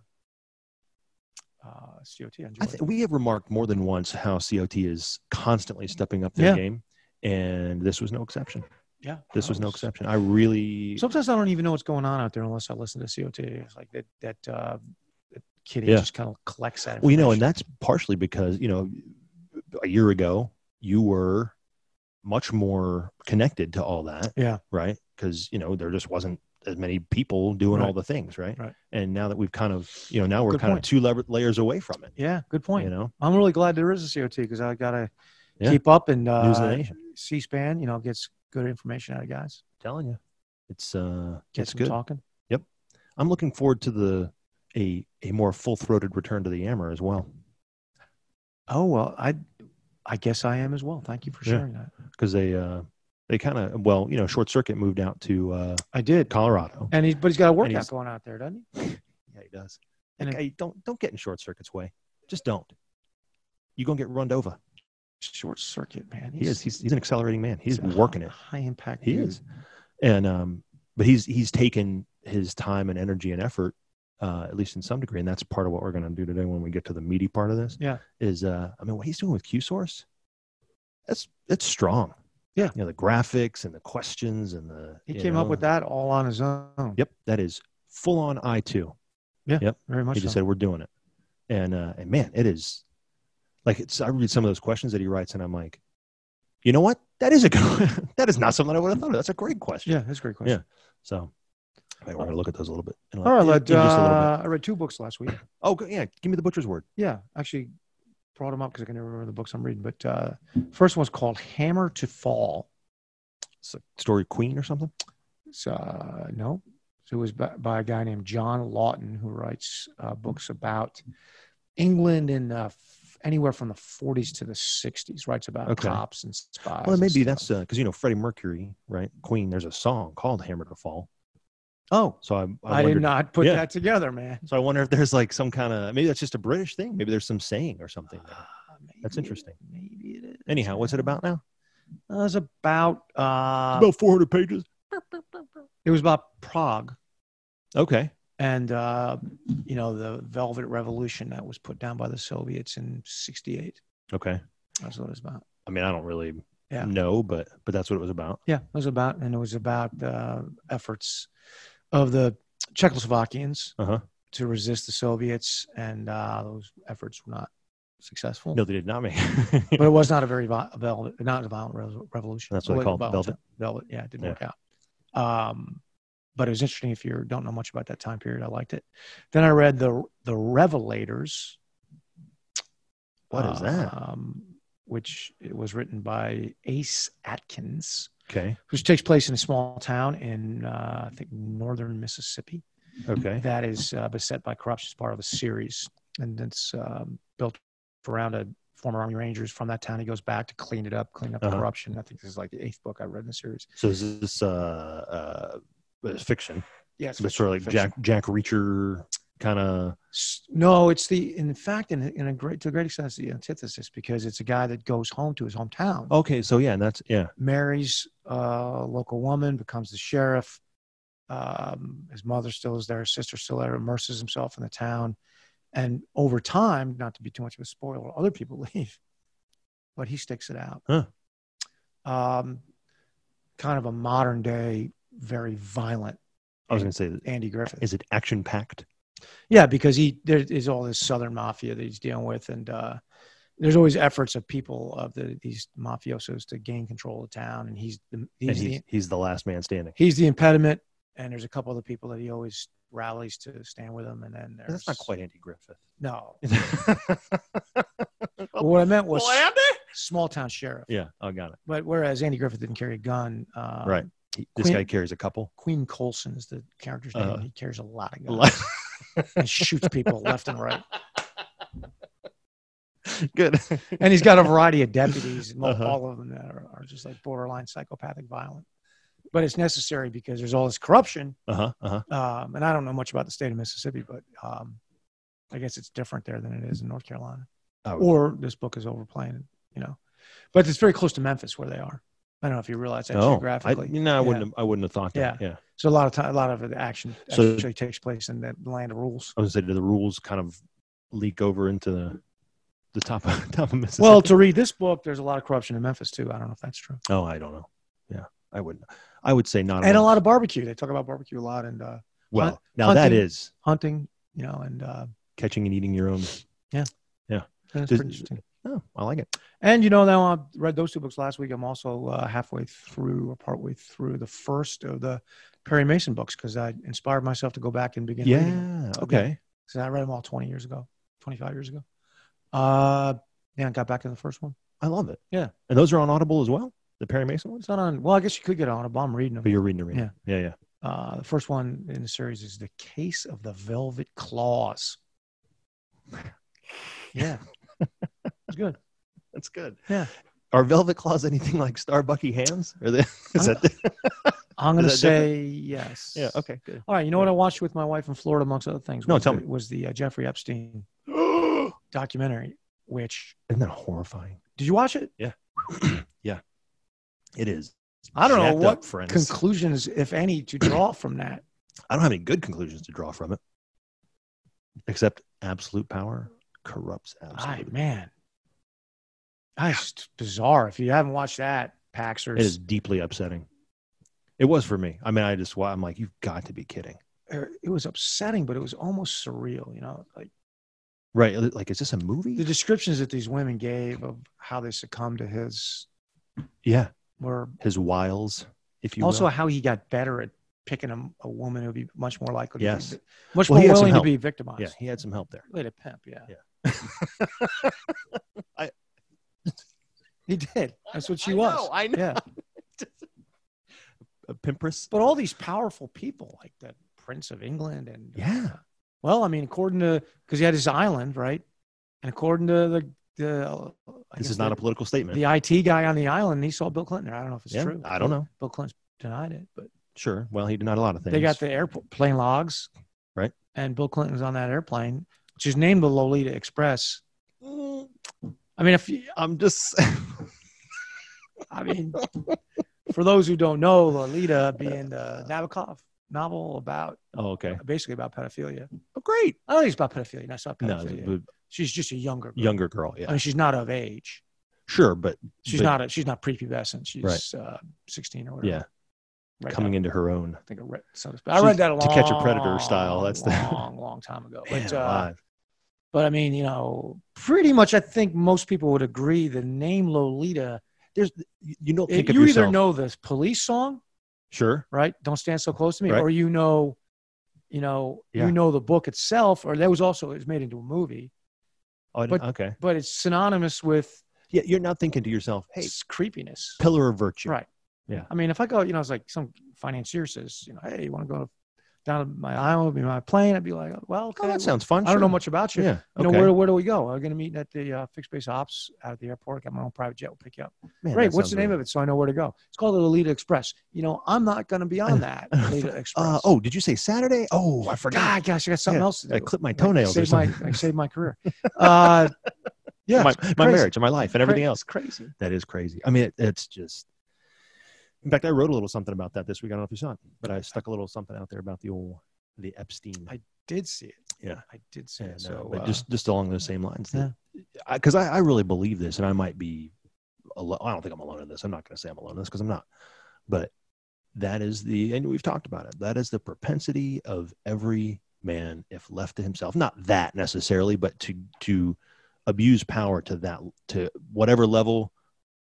Speaker 2: uh, COT. I
Speaker 1: I
Speaker 2: enjoyed
Speaker 1: th-
Speaker 2: it.
Speaker 1: we have remarked more than once how COT is constantly stepping up their
Speaker 2: Yeah.
Speaker 1: game, and this was no exception.
Speaker 2: Yeah,
Speaker 1: This
Speaker 2: I
Speaker 1: was no exception. I really,
Speaker 2: Sometimes I don't even know what's going on out there unless I listen to COT. It's like that that, uh, that kitty
Speaker 1: Yeah.
Speaker 2: just kind of collects that.
Speaker 1: well, you know, and
Speaker 2: information.
Speaker 1: that's partially because you know, a year ago you were much more connected to all that,
Speaker 2: Yeah.
Speaker 1: right? Because you know there just wasn't as many people doing
Speaker 2: Right.
Speaker 1: all the things, right?
Speaker 2: Right.
Speaker 1: And now that we've kind of, you know, now we're
Speaker 2: Good
Speaker 1: kind
Speaker 2: point.
Speaker 1: of two lever- layers away from it.
Speaker 2: yeah, good point.
Speaker 1: You know,
Speaker 2: I'm really glad there is a COT because I gotta
Speaker 1: Yeah.
Speaker 2: keep up and
Speaker 1: News of the
Speaker 2: uh,
Speaker 1: nation.
Speaker 2: C-SPAN. You know, gets good information out of guys.
Speaker 1: telling you, it's uh,
Speaker 2: Gets
Speaker 1: it's
Speaker 2: them
Speaker 1: good.
Speaker 2: talking.
Speaker 1: I'm looking forward to the a a more full throated return to the Yammer as well,
Speaker 2: Oh well, I I guess I am as well. Thank you for
Speaker 1: Yeah.
Speaker 2: sharing that.
Speaker 1: because they uh they kind of well you know short circuit moved out to uh
Speaker 2: I did.
Speaker 1: Colorado.
Speaker 2: And he's but he's got a workout
Speaker 1: he's-
Speaker 2: going out there, doesn't he?
Speaker 1: Yeah, he does.
Speaker 2: And
Speaker 1: Like, hey, don't don't get in short circuit's way. Just don't. You are gonna get runned over.
Speaker 2: Short circuit, man.
Speaker 1: He is. He's, he's an accelerating man. [LAUGHS] He's
Speaker 2: a
Speaker 1: working
Speaker 2: high,
Speaker 1: it.
Speaker 2: High impact.
Speaker 1: He
Speaker 2: dude.
Speaker 1: is. And um, but he's he's taken his time and energy and effort, uh, at least in some degree, and that's part of what we're gonna do today when we get to the meaty part of this.
Speaker 2: Yeah.
Speaker 1: Is uh, I mean, what he's doing with Q Source, that's that's strong.
Speaker 2: Yeah.
Speaker 1: You know, the graphics and the questions and the
Speaker 2: He
Speaker 1: you
Speaker 2: came up
Speaker 1: know,
Speaker 2: with that all on his own.
Speaker 1: oh. Yep, that is full on I two.
Speaker 2: Very much.
Speaker 1: He just
Speaker 2: so.
Speaker 1: said we're doing it, and uh, and man, it is like it's. I read some of those questions that he writes, and I'm like, you know what? That is a good, [LAUGHS] that is not something I would have thought of. That's a great question.
Speaker 2: yeah, that's a great question.
Speaker 1: So I think we're going to look at those a little bit. in a-
Speaker 2: All right,
Speaker 1: in
Speaker 2: let,
Speaker 1: just a little bit.
Speaker 2: uh, I read two books last week.
Speaker 1: Oh, go- yeah. Give me the butcher's word.
Speaker 2: Yeah, actually, brought them up because I can never remember the books I'm reading. But uh, first one's called Hammer to Fall.
Speaker 1: It's a story queen or something.
Speaker 2: It's, uh, no, so it was by, by a guy named John Lawton who writes uh, books about England and uh, f- anywhere from the 40s to the 60s. Writes about
Speaker 1: Okay.
Speaker 2: cops and spies.
Speaker 1: Well,
Speaker 2: and
Speaker 1: maybe
Speaker 2: stuff.
Speaker 1: that's because you know Freddie Mercury, right? Queen. There's a song called "Hammer to Fall."
Speaker 2: oh,
Speaker 1: So I,
Speaker 2: I,
Speaker 1: I,
Speaker 2: did
Speaker 1: wondered-
Speaker 2: not put
Speaker 1: Yeah.
Speaker 2: that together, man.
Speaker 1: So I wonder if there's like some kind of maybe that's just a British thing. Maybe there's some saying or something. there.
Speaker 2: Ah,
Speaker 1: That's
Speaker 2: [SIGHS] maybe it-
Speaker 1: interesting.
Speaker 2: maybe it is.
Speaker 1: Anyhow, what's it about now?
Speaker 2: Uh, it was about. Uh,
Speaker 1: about 400 pages.
Speaker 2: it was about Prague.
Speaker 1: Okay.
Speaker 2: and uh, you know the Velvet Revolution that was put down by the Soviets in '68.
Speaker 1: Okay.
Speaker 2: That's what it was about.
Speaker 1: I mean, I don't really
Speaker 2: Yeah.
Speaker 1: know, but but that's what it was about.
Speaker 2: Yeah, it was about, and it was about uh, efforts of the Czechoslovakians
Speaker 1: Uh huh.
Speaker 2: to resist the Soviets, and uh, those efforts were not successful.
Speaker 1: No, they did not make.
Speaker 2: But it was not a very vi- velvet, not a violent re- revolution.
Speaker 1: That's what
Speaker 2: It
Speaker 1: they
Speaker 2: was
Speaker 1: call it,
Speaker 2: violent, Velvet, yeah, it didn't
Speaker 1: Yeah.
Speaker 2: work out. Um, but it was interesting. If you don't know much about that time period, I liked it. Then I read the the Revelators.
Speaker 1: [LAUGHS] What is that?
Speaker 2: Um, which it was written by Ace Atkins,
Speaker 1: okay.
Speaker 2: which takes place in a small town in uh, I think northern Mississippi
Speaker 1: Okay.
Speaker 2: that is uh, beset by corruption. It's part of a series, and it's um, built around a former Army Rangers from that town. He goes back to clean it up, clean up the
Speaker 1: Uh-huh.
Speaker 2: corruption. I think this is like the eighth book I read in the series.
Speaker 1: So is this uh, uh fiction?
Speaker 2: Yes,
Speaker 1: But sort of like Jack Jack Reacher kind of.
Speaker 2: S- No, it's the in fact, in, in a great to a great extent, it's the antithesis because it's a guy that goes home to his hometown,
Speaker 1: Okay. So yeah, and that's yeah.
Speaker 2: marries a local woman, becomes the sheriff. Um, his mother still is there, his sister still there, immerses himself in the town, and over time, not to be too much of a spoiler, other people [LAUGHS] leave, but he sticks it out.
Speaker 1: Huh.
Speaker 2: Um, kind of a modern day, very violent
Speaker 1: I was gonna say,
Speaker 2: Andy Griffith.
Speaker 1: is it action packed?
Speaker 2: Yeah, because he there is all this Southern mafia that he's dealing with, and uh, there's always efforts of people of the these mafiosos to gain control of town, and he's the,
Speaker 1: And
Speaker 2: he's,
Speaker 1: he's
Speaker 2: the
Speaker 1: he's the last man standing.
Speaker 2: he's the impediment, and there's a couple other people that he always rallies to stand with him, and then there's
Speaker 1: That's not quite Andy Griffith. [LAUGHS]
Speaker 2: no. [LAUGHS]
Speaker 1: well,
Speaker 2: what I meant was
Speaker 1: Andy.
Speaker 2: small town sheriff,
Speaker 1: Yeah, I got it.
Speaker 2: but whereas Andy Griffith didn't carry a gun, um,
Speaker 1: Right. He- this
Speaker 2: Queen-
Speaker 1: guy carries a couple.
Speaker 2: Queen Colson is the character's name.
Speaker 1: Uh,
Speaker 2: and he carries a lot of guns and shoots people left and right,
Speaker 1: [LAUGHS]
Speaker 2: [LAUGHS]
Speaker 1: Good.
Speaker 2: and he's got a variety of deputies, and all-
Speaker 1: Uh-huh.
Speaker 2: all of them that are, are just like borderline psychopathic violent. But it's necessary because there's all this corruption,
Speaker 1: Uh huh. Uh huh.
Speaker 2: um, and I don't know much about the state of Mississippi, but um, I guess it's different there than it is in North Carolina.
Speaker 1: Oh.
Speaker 2: Or this book is overplaying, it, you know. But it's very close to Memphis where they are. I don't know if you realize that
Speaker 1: Oh, I,
Speaker 2: geographically.
Speaker 1: no, I wouldn't. Have, I wouldn't have thought that. Yeah.
Speaker 2: So a lot of time, a lot of the action
Speaker 1: So-
Speaker 2: actually takes place in the land of rules.
Speaker 1: I was gonna say, do the rules kind of leak over into the the top of, [LAUGHS] top of Mississippi?
Speaker 2: Well, to read this book, there's a lot of corruption in Memphis too. I don't know if that's true.
Speaker 1: oh, I don't know. Yeah, I wouldn't. I would say not.
Speaker 2: And a
Speaker 1: all.
Speaker 2: lot of barbecue. They talk about barbecue a lot and uh,
Speaker 1: Well,
Speaker 2: hunt-
Speaker 1: now that
Speaker 2: hunting.
Speaker 1: is
Speaker 2: hunting, you know, and uh,
Speaker 1: catching and eating your own.
Speaker 2: that's
Speaker 1: Does-
Speaker 2: pretty interesting.
Speaker 1: Oh, I like it.
Speaker 2: And you know, now I read those two books last week. I'm also uh, halfway through or partway through the first of the Perry Mason books because I inspired myself to go back and begin. reading them.
Speaker 1: Yeah. Okay.
Speaker 2: So I read them all 20 years ago, 25 years ago. Uh, yeah, I got back to the first one.
Speaker 1: I love it.
Speaker 2: Yeah.
Speaker 1: And those are on Audible as well. The Perry Mason ones.
Speaker 2: It's not on. Well, I guess you could get it on a bomb reading them.
Speaker 1: But you're reading the reading. Yeah. Yeah. Yeah.
Speaker 2: Uh, the first one in the series is the case of the velvet
Speaker 1: [LAUGHS]
Speaker 2: claws. Yeah, it's good.
Speaker 1: That's good.
Speaker 2: Yeah.
Speaker 1: Are Velvet Claws anything like Starbucky hands? Are they? [LAUGHS] Is
Speaker 2: Uh,
Speaker 1: that the,
Speaker 2: I'm gonna
Speaker 1: Is that
Speaker 2: say yes.
Speaker 1: yeah. Okay. [GASPS] Good.
Speaker 2: All right. You know what I watched with my wife in Florida, amongst other things?
Speaker 1: No,
Speaker 2: was
Speaker 1: tell
Speaker 2: the,
Speaker 1: me.
Speaker 2: Was the uh, Jeffrey Epstein
Speaker 1: Isn't
Speaker 2: documentary? Which
Speaker 1: that horrifying?
Speaker 2: did you watch it?
Speaker 1: yeah. It is.
Speaker 2: I don't know
Speaker 1: Jacked
Speaker 2: what
Speaker 1: up, friends.
Speaker 2: conclusions, if any, to draw
Speaker 1: [CLEARS THROAT]
Speaker 2: from that.
Speaker 1: I don't have any good conclusions to draw from it, except absolute power corrupts
Speaker 2: I
Speaker 1: absolute.
Speaker 2: man, that's just bizarre. If you haven't watched that, Paxers,
Speaker 1: it is deeply upsetting. It was for me. I mean, I just wa- I'm like, you've got to be kidding,
Speaker 2: er, it was upsetting, but it was almost surreal. You know, like
Speaker 1: right? Like, is this a movie?
Speaker 2: the descriptions that these women gave of how they succumbed to his
Speaker 1: yeah,
Speaker 2: were
Speaker 1: his wiles, if you
Speaker 2: also
Speaker 1: will.
Speaker 2: how he got better at picking a, a woman who'd be much more likely to
Speaker 1: Yes.
Speaker 2: be, much
Speaker 1: Well, he
Speaker 2: more
Speaker 1: had some
Speaker 2: willing to
Speaker 1: help.
Speaker 2: be victimized.
Speaker 1: yeah, he had some help there.
Speaker 2: Wait a pimp, yeah.
Speaker 1: Yeah.
Speaker 2: [LAUGHS] He did. That's what she
Speaker 1: I
Speaker 2: was.
Speaker 1: Know, I know.
Speaker 2: Yeah.
Speaker 1: A Uh, pimpress.
Speaker 2: But all these powerful people, like the Prince of England, and uh,
Speaker 1: Yeah.
Speaker 2: well, I mean, according to because he had his island, right? And according to the the I
Speaker 1: This
Speaker 2: guess
Speaker 1: is not a
Speaker 2: the,
Speaker 1: political statement.
Speaker 2: the IT guy on the island, he saw Bill Clinton. there. I don't know if it's
Speaker 1: yeah.
Speaker 2: true.
Speaker 1: I don't know.
Speaker 2: Bill Clinton denied it, but
Speaker 1: Sure. Well, he denied a lot of things.
Speaker 2: they got the airport plane logs,
Speaker 1: Right.
Speaker 2: And Bill Clinton's on that airplane, which is named the Lolita Express.
Speaker 1: Mm,
Speaker 2: I mean, if you,
Speaker 1: I'm just.
Speaker 2: I mean, for those who don't know, Lolita being the Nabokov novel about
Speaker 1: [LAUGHS] oh, okay.
Speaker 2: basically about pedophilia.
Speaker 1: Oh, great.
Speaker 2: I don't think it's about pedophilia. No, it's not
Speaker 1: No,
Speaker 2: pedophilia.
Speaker 1: the
Speaker 2: she's just a younger girl.
Speaker 1: younger girl. Yeah.
Speaker 2: I mean, she's not of age.
Speaker 1: sure, but
Speaker 2: She's
Speaker 1: But-
Speaker 2: not. A, she's not prepubescent. She's
Speaker 1: Right.
Speaker 2: uh, sixteen or whatever.
Speaker 1: yeah,
Speaker 2: right
Speaker 1: coming into her own.
Speaker 2: I think I read. So I
Speaker 1: She's
Speaker 2: read that a long,
Speaker 1: To Catch a Predator style, that's the-
Speaker 2: long, long time ago.
Speaker 1: [LAUGHS]
Speaker 2: But,
Speaker 1: Man
Speaker 2: uh,
Speaker 1: alive.
Speaker 2: but I mean, you know, pretty much, I think most people would agree. The name Lolita.
Speaker 1: There's you you don't think
Speaker 2: it-
Speaker 1: of
Speaker 2: you
Speaker 1: yourself.
Speaker 2: either know this police song,
Speaker 1: sure.
Speaker 2: right? Don't stand so close to me,
Speaker 1: Right.
Speaker 2: or you know, you know,
Speaker 1: Yeah.
Speaker 2: you know the book itself, or that was also it was made into a movie,
Speaker 1: Oh, I
Speaker 2: But-
Speaker 1: didn't- okay.
Speaker 2: but it's synonymous with
Speaker 1: Yeah, you're not thinking to yourself, "Hey,
Speaker 2: s- creepiness.
Speaker 1: pillar of virtue."
Speaker 2: Right.
Speaker 1: Yeah.
Speaker 2: I mean, if I go, you know, it's like some financier says, you know, hey, you want to go down to my island, be my plane? I'd be like, well, okay.
Speaker 1: Oh, that sounds fun.
Speaker 2: I don't know
Speaker 1: sure.
Speaker 2: much about you.
Speaker 1: Yeah.
Speaker 2: You know,
Speaker 1: okay.
Speaker 2: where, where do we go? I'm going to meet at the uh, fixed base ops out at the airport. Got my own private jet. We'll pick you up.
Speaker 1: Man,
Speaker 2: Great.
Speaker 1: that
Speaker 2: What's
Speaker 1: sounds
Speaker 2: the name
Speaker 1: really-
Speaker 2: of it? So I know where to go. It's called the Lolita Express. You know, I'm not going to
Speaker 1: [LAUGHS]
Speaker 2: be on that Lolita Express.
Speaker 1: Uh, oh, did you say Saturday? Oh, I forgot.
Speaker 2: God, gosh, I got something
Speaker 1: Yeah,
Speaker 2: else to do.
Speaker 1: I clipped my
Speaker 2: Like,
Speaker 1: toenails or
Speaker 2: saved my,
Speaker 1: something.
Speaker 2: I saved
Speaker 1: [LAUGHS]
Speaker 2: my career. Uh, yeah.
Speaker 1: my,
Speaker 2: it's
Speaker 1: my
Speaker 2: crazy.
Speaker 1: marriage and my life and everything
Speaker 2: Cra-
Speaker 1: else.
Speaker 2: It's crazy.
Speaker 1: That is crazy. I mean, it, it's just. In fact, I wrote a little something about that this week. I don't know if you saw it, but I stuck a little something out there about the old the Epstein.
Speaker 2: I did see it.
Speaker 1: Yeah.
Speaker 2: I did see
Speaker 1: And, uh,
Speaker 2: it. So
Speaker 1: but
Speaker 2: uh,
Speaker 1: just just along those same lines, Because I, I, really believe this, and I might be. Alo- I don't think I'm alone in this. I'm not going to say I'm alone in this because I'm not. But that is the, and we've talked about it. That is the propensity of every man, if left to himself, not that necessarily, but to to abuse power to that to whatever level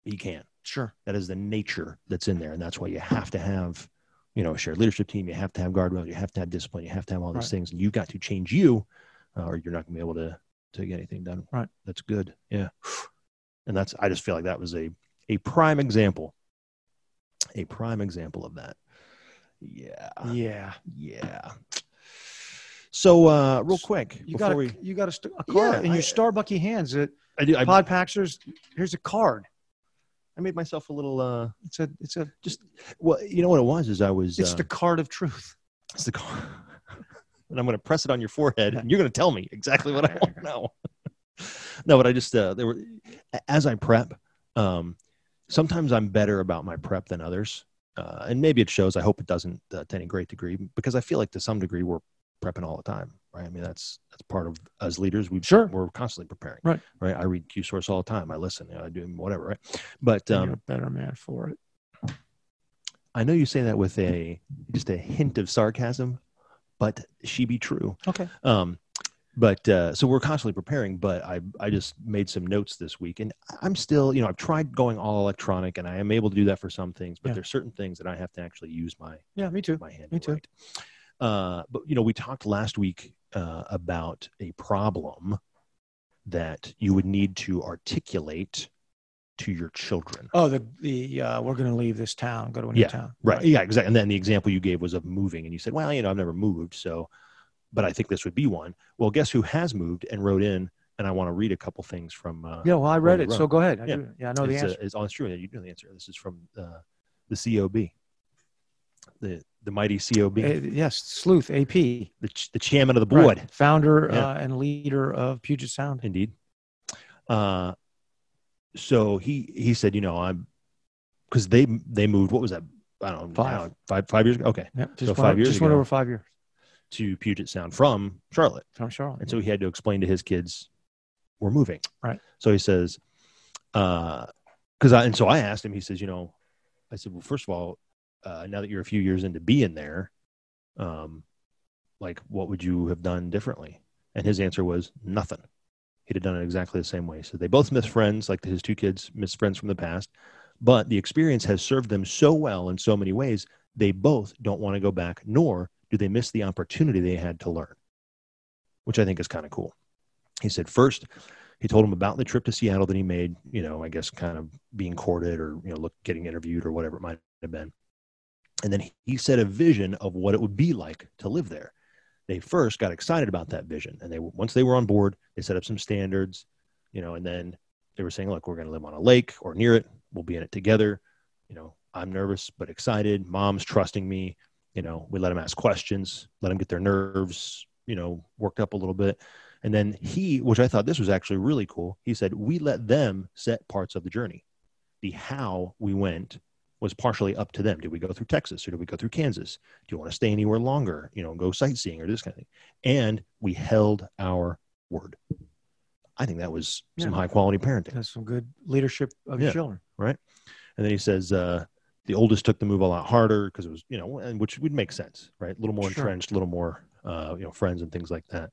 Speaker 1: he can
Speaker 2: sure.
Speaker 1: that is the nature that's in there and that's why you have to have you know a shared leadership team you have to have guardrails you have to have discipline you have to have all these
Speaker 2: Right.
Speaker 1: things and you've got to change you uh, or you're not going to be able to to get anything done
Speaker 2: Right.
Speaker 1: that's good yeah and that's i just feel like that was a a prime example a prime example of that yeah
Speaker 2: Yeah.
Speaker 1: yeah so uh real quick
Speaker 2: You
Speaker 1: before
Speaker 2: got a,
Speaker 1: we
Speaker 2: you got a, st- a
Speaker 1: Yeah,
Speaker 2: card in
Speaker 1: I-
Speaker 2: your Starbucky hands at
Speaker 1: I, do, I,
Speaker 2: Pod Paxers. Here's a card.
Speaker 1: I made myself a little uh
Speaker 2: It's a it's a
Speaker 1: well you know what it was is i was
Speaker 2: it's
Speaker 1: uh,
Speaker 2: the card of truth.
Speaker 1: It's the car. [LAUGHS] and I'm going to press it on your forehead, and you're going to tell me exactly what I want to know. [LAUGHS] no, but I just uh, there were as I prep. Um, sometimes I'm better about my prep than others, uh, and maybe it shows. I hope it doesn't uh, to any great degree because I feel like to some degree we're prepping all the time, right? I mean that's that's part of as leaders we
Speaker 2: Sure.
Speaker 1: we're constantly preparing,
Speaker 2: Right.
Speaker 1: Right. I read Q source all the time. I listen. you know, I do whatever, right? But
Speaker 2: and
Speaker 1: um,
Speaker 2: you're a better man for it.
Speaker 1: I know you say that with a just a hint of sarcasm, but she be true.
Speaker 2: Okay.
Speaker 1: Um, but uh, so we're constantly preparing. But I I just made some notes this week, and I'm still you know I've tried going all electronic, and I am able to do that for some things. But
Speaker 2: Yeah.
Speaker 1: there's certain things that I have to actually use my
Speaker 2: Yeah, me too.
Speaker 1: my hand.
Speaker 2: Me
Speaker 1: to
Speaker 2: too.
Speaker 1: write. Uh, but you know we talked last week uh, about a problem that you would need to articulate to your children.
Speaker 2: Oh, the the uh, we're gonna leave this town, go to a new
Speaker 1: Yeah,
Speaker 2: town.
Speaker 1: Right. Yeah, exactly. And then the example you gave was of moving, and you said, "Well, you know, I've never moved, so, but I think this would be one." Well, guess who has moved and wrote in, and I want to read a couple things from. Uh,
Speaker 2: Yeah, well, I read
Speaker 1: the
Speaker 2: it, so
Speaker 1: road.
Speaker 2: go ahead. I
Speaker 1: Yeah.
Speaker 2: do. yeah, I know the
Speaker 1: it's, uh,
Speaker 2: answer.
Speaker 1: it's- oh, it's true. You know the answer. This is from uh, the COB, the the mighty COB,
Speaker 2: Uh, yes, Sleuth AP,
Speaker 1: the ch- the chairman of the
Speaker 2: Right.
Speaker 1: board.
Speaker 2: founder
Speaker 1: Yeah.
Speaker 2: uh, and leader of Puget Sound.
Speaker 1: Indeed. Uh, so he he said, you know, I'm because they they moved. What was that? I don't know.
Speaker 2: Five.
Speaker 1: five five years ago. Okay,
Speaker 2: Yeah, just went,
Speaker 1: five years
Speaker 2: just went
Speaker 1: ago.
Speaker 2: over five years
Speaker 1: to Puget Sound from Charlotte.
Speaker 2: from Charlotte.
Speaker 1: And so he had to explain to his kids, we're moving.
Speaker 2: Right.
Speaker 1: So he says, because I, and so I asked him, he says, you know, I said, well, first of all, uh, now that you're a few years into being there, um, like, what would you have done differently? And his answer was nothing. He'd have done it exactly the same way. So they both miss friends, like his two kids miss friends from the past, but the experience has served them so well in so many ways, they both don't want to go back, nor do they miss the opportunity they had to learn, which I think is kind of cool. He said, first, he told him about the trip to Seattle that he made, you know, I guess kind of being courted or, you know, look, getting interviewed or whatever it might have been. And then he said a vision of what it would be like to live there. They first got excited about that vision. And they, once they were on board, they set up some standards, you know, and then they were saying, look, we're going to live on a lake or near it. We'll be in it together. You know, I'm nervous, but excited. Mom's trusting me. You know, we let them ask questions, let them get their nerves, you know, worked up a little bit. And then he, which I thought this was actually really cool, he said, We let them set parts of the journey. The how we went was partially up to them. Did we go through Texas or did we go through Kansas? Do you want to stay anywhere longer? You know, go sightseeing or this kind of thing. And we held our word. I think that was some
Speaker 2: Yeah.
Speaker 1: high quality parenting.
Speaker 2: That's some good leadership of
Speaker 1: Yeah.
Speaker 2: your children.
Speaker 1: And then he says, uh, the oldest took the move a lot harder because it was, you know, and which would make sense, right? A little more
Speaker 2: Sure.
Speaker 1: entrenched, a little more, uh, you know, friends and things like that.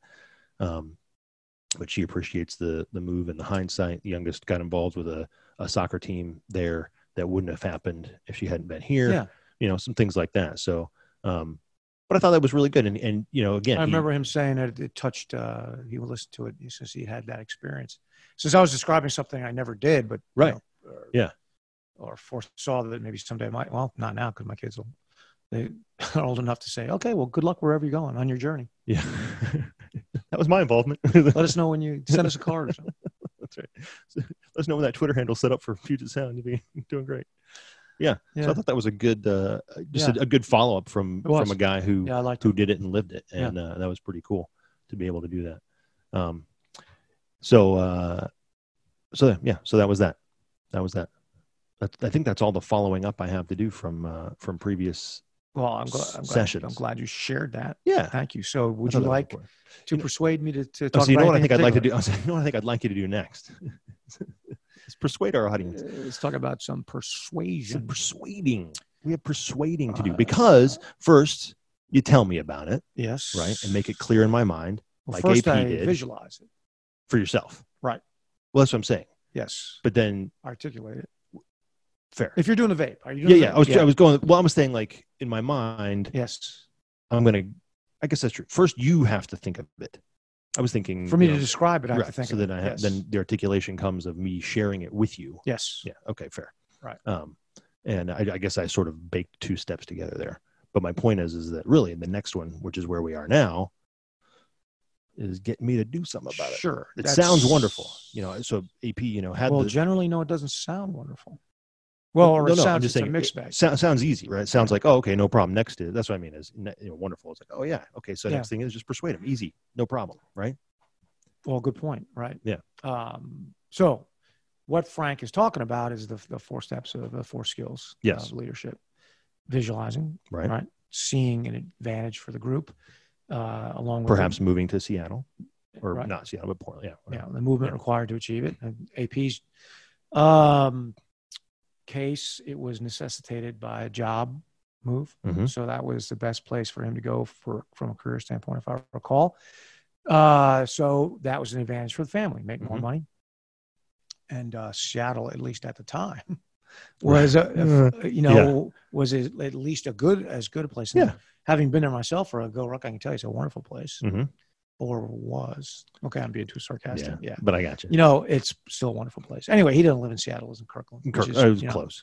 Speaker 1: Um, but she appreciates the the move and the hindsight. The youngest got involved with a, a soccer team there that wouldn't have happened if she hadn't been here.
Speaker 2: Yeah.
Speaker 1: You know, some things like that. So, um, but I thought that was really good. And, and you know, again,
Speaker 2: I
Speaker 1: he-
Speaker 2: remember him saying that it touched. Uh, he would listen to it. He says he had that experience. Since I was describing something I never did, but you
Speaker 1: Right.
Speaker 2: know, or-
Speaker 1: Yeah.
Speaker 2: or foresaw that maybe someday I might. Well, not now because my kids will. They [LAUGHS] are old enough to say, "Okay, well, good luck wherever you're going on your journey.
Speaker 1: [LAUGHS] yeah, that was my involvement. [LAUGHS]
Speaker 2: Let us know when you send us a card or something."
Speaker 1: That's right. So, let us know when that Twitter handle set up for Puget Sound. You'll be [LAUGHS] doing great. Yeah. [LAUGHS] So
Speaker 2: Yeah.
Speaker 1: I thought that was a good, uh, just a,
Speaker 2: Yeah.
Speaker 1: a good follow up from
Speaker 2: It was.
Speaker 1: from a guy who
Speaker 2: Yeah, I liked
Speaker 1: who
Speaker 2: it.
Speaker 1: did it and lived it,
Speaker 2: Yeah.
Speaker 1: and uh, that was pretty cool to be able to do that. Um, so uh, so yeah, so that was that. That was that. That's, I think that's all the following up I have to do from uh, from previous.
Speaker 2: Well, I'm glad. I'm glad,
Speaker 1: Sessions.
Speaker 2: I'm glad you shared that.
Speaker 1: Yeah.
Speaker 2: Thank you. So,
Speaker 1: I
Speaker 2: would
Speaker 1: thought
Speaker 2: you
Speaker 1: that was
Speaker 2: like
Speaker 1: important.
Speaker 2: to
Speaker 1: You know-
Speaker 2: persuade me to, to
Speaker 1: Oh,
Speaker 2: talk?
Speaker 1: so you know
Speaker 2: about
Speaker 1: what I
Speaker 2: anything
Speaker 1: think
Speaker 2: in
Speaker 1: I'd like to do? [LAUGHS]
Speaker 2: particular?
Speaker 1: I said, you know what I think I'd like you to do
Speaker 2: [LAUGHS]
Speaker 1: next? is persuade our audience.
Speaker 2: Uh, Let's talk about some
Speaker 1: Some
Speaker 2: persuasion.
Speaker 1: persuading. We have persuading to do
Speaker 2: Uh,
Speaker 1: because first you tell me about it,
Speaker 2: Yes.
Speaker 1: right, and make it clear in my mind
Speaker 2: Well,
Speaker 1: like
Speaker 2: first,
Speaker 1: AP
Speaker 2: I
Speaker 1: did.
Speaker 2: visualize it.
Speaker 1: for yourself.
Speaker 2: Right.
Speaker 1: Well, that's what I'm saying.
Speaker 2: Yes.
Speaker 1: But then,
Speaker 2: Articulate it.
Speaker 1: fair.
Speaker 2: If you're doing a vape, are you
Speaker 1: Yeah,
Speaker 2: doing
Speaker 1: yeah. oh,
Speaker 2: A vape?
Speaker 1: I was, I was going. Well, I was saying like in my mind,
Speaker 2: yes.
Speaker 1: I'm gonna. I guess that's true. First, you have to think of it. I was thinking
Speaker 2: For me
Speaker 1: you
Speaker 2: to
Speaker 1: know,
Speaker 2: describe it, I have to
Speaker 1: right,
Speaker 2: think.
Speaker 1: So
Speaker 2: of
Speaker 1: then
Speaker 2: it.
Speaker 1: I have
Speaker 2: yes.
Speaker 1: then the articulation comes of me sharing it with you.
Speaker 2: yes.
Speaker 1: Yeah. Okay. Fair.
Speaker 2: Right.
Speaker 1: Um, and I, I guess I sort of baked two steps together there. But my point is, is that really the next one, which is where we are now, is getting me to do something about it.
Speaker 2: Sure.
Speaker 1: It
Speaker 2: that's-
Speaker 1: sounds wonderful, you know. So AP, you know, had
Speaker 2: well,
Speaker 1: the
Speaker 2: generally, no, it doesn't sound wonderful. Well, or
Speaker 1: no,
Speaker 2: it
Speaker 1: no, I'm
Speaker 2: sounds
Speaker 1: just
Speaker 2: just
Speaker 1: saying
Speaker 2: a mixed bag.
Speaker 1: sound, sounds easy, right? Sounds like oh, okay, no problem. Next is that's what I mean is ne- you know, wonderful. It's like oh yeah, okay. So
Speaker 2: Yeah.
Speaker 1: next thing is just persuade them, easy, no problem, right?
Speaker 2: Well, good point, right?
Speaker 1: Yeah.
Speaker 2: Um, so, what Frank is talking about is the, the four steps of the four skills
Speaker 1: Yes.
Speaker 2: of leadership visualizing,
Speaker 1: Right.
Speaker 2: Right. seeing an advantage for the group, uh, along with
Speaker 1: Perhaps moving to Seattle or
Speaker 2: Right.
Speaker 1: not Seattle, but Portland. Yeah,
Speaker 2: yeah,
Speaker 1: whatever.
Speaker 2: the movement
Speaker 1: Yeah.
Speaker 2: required to achieve it. And AP's um, case, it was necessitated by a job move,
Speaker 1: Mhm.
Speaker 2: so that was the best place for him to go for from a career standpoint, if I recall. Uh, so that was an advantage for the family, make more
Speaker 1: Mhm.
Speaker 2: money. And uh, Seattle, at least at the time, [LAUGHS] was a, a- you know was a, at least a good as good a place. And
Speaker 1: Uh, Yeah.
Speaker 2: Having been there myself for a go ruck, I can tell you it's a wonderful place.
Speaker 1: Mhm.
Speaker 2: Or was okay. I'm being too sarcastic. yeah
Speaker 1: But I got you.
Speaker 2: you know, it's still a wonderful place. Anyway, he doesn't live in Seattle; it's in Kirkland. which
Speaker 1: Kirk-
Speaker 2: is,
Speaker 1: I was
Speaker 2: you know,
Speaker 1: close.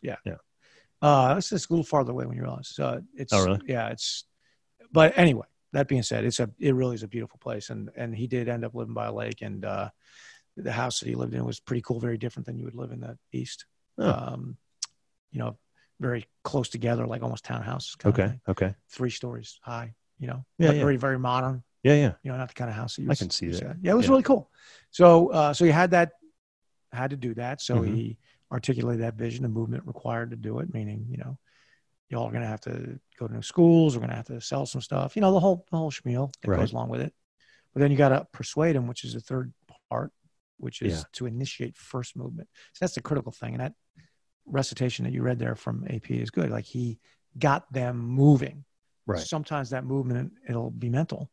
Speaker 2: Uh, it's just a little farther away when you realize. Uh, it's
Speaker 1: Oh, really?
Speaker 2: yeah, it's. But anyway, that being said, it's a it really is a beautiful place, and and he did end up living by a lake, and uh, the house that he lived in was pretty cool, very different than you would live in the east.
Speaker 1: Oh.
Speaker 2: Um, you know, very close together, like almost townhouse. Kind Of
Speaker 1: Okay.
Speaker 2: thing.
Speaker 1: Okay.
Speaker 2: three stories high. You know,
Speaker 1: Yeah,
Speaker 2: but
Speaker 1: yeah.
Speaker 2: very very modern
Speaker 1: Yeah. Yeah.
Speaker 2: you know, not the kind of house that you
Speaker 1: I can see
Speaker 2: used
Speaker 1: that.
Speaker 2: to have. Yeah, it was
Speaker 1: Yeah.
Speaker 2: really cool. So, uh, so he had that, had to do that. So
Speaker 1: Mhm.
Speaker 2: he articulated that vision, the movement required to do it, meaning, you know, y'all are going to have to go to new schools. We're going to have to sell some stuff, you know, the whole, the whole schmeal that
Speaker 1: Right.
Speaker 2: goes along with it. But then you got to persuade him, which is the third part, which is
Speaker 1: Yeah.
Speaker 2: to initiate first movement. So that's the critical thing. And that recitation that you read there from AP is good. Like he got them moving.
Speaker 1: Right.
Speaker 2: Sometimes that movement, it'll be mental.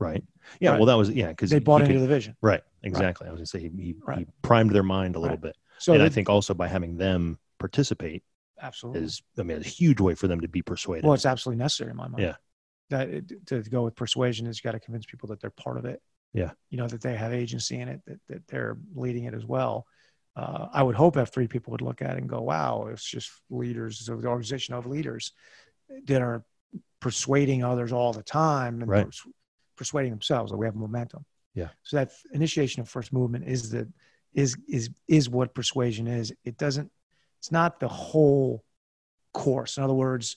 Speaker 1: Right. Yeah.
Speaker 2: Right.
Speaker 1: Well, that was yeah because
Speaker 2: They bought into the vision.
Speaker 1: right. Exactly. I was gonna say he, he, he
Speaker 2: Right.
Speaker 1: primed their mind a little
Speaker 2: Right.
Speaker 1: bit,
Speaker 2: So
Speaker 1: and I
Speaker 2: that-
Speaker 1: think also by having them participate
Speaker 2: absolutely.
Speaker 1: Mm-hmm. is I mean a huge way for them to be persuaded.
Speaker 2: well, it's absolutely necessary in my mind.
Speaker 1: Yeah.
Speaker 2: That it, to go with persuasion is you got to convince people that they're part of it
Speaker 1: Yeah.
Speaker 2: You know, that they have agency in it, that, that they're leading it as well. Uh, I would hope F3 people would look at it and go, wow, it's just leaders, it's an organization of leaders that are persuading others all the time and
Speaker 1: Right.
Speaker 2: pers- persuading themselves that we have momentum.
Speaker 1: Yeah.
Speaker 2: So that initiation of first movement is the is is is what persuasion is. It doesn't. It's not the whole course. In other words,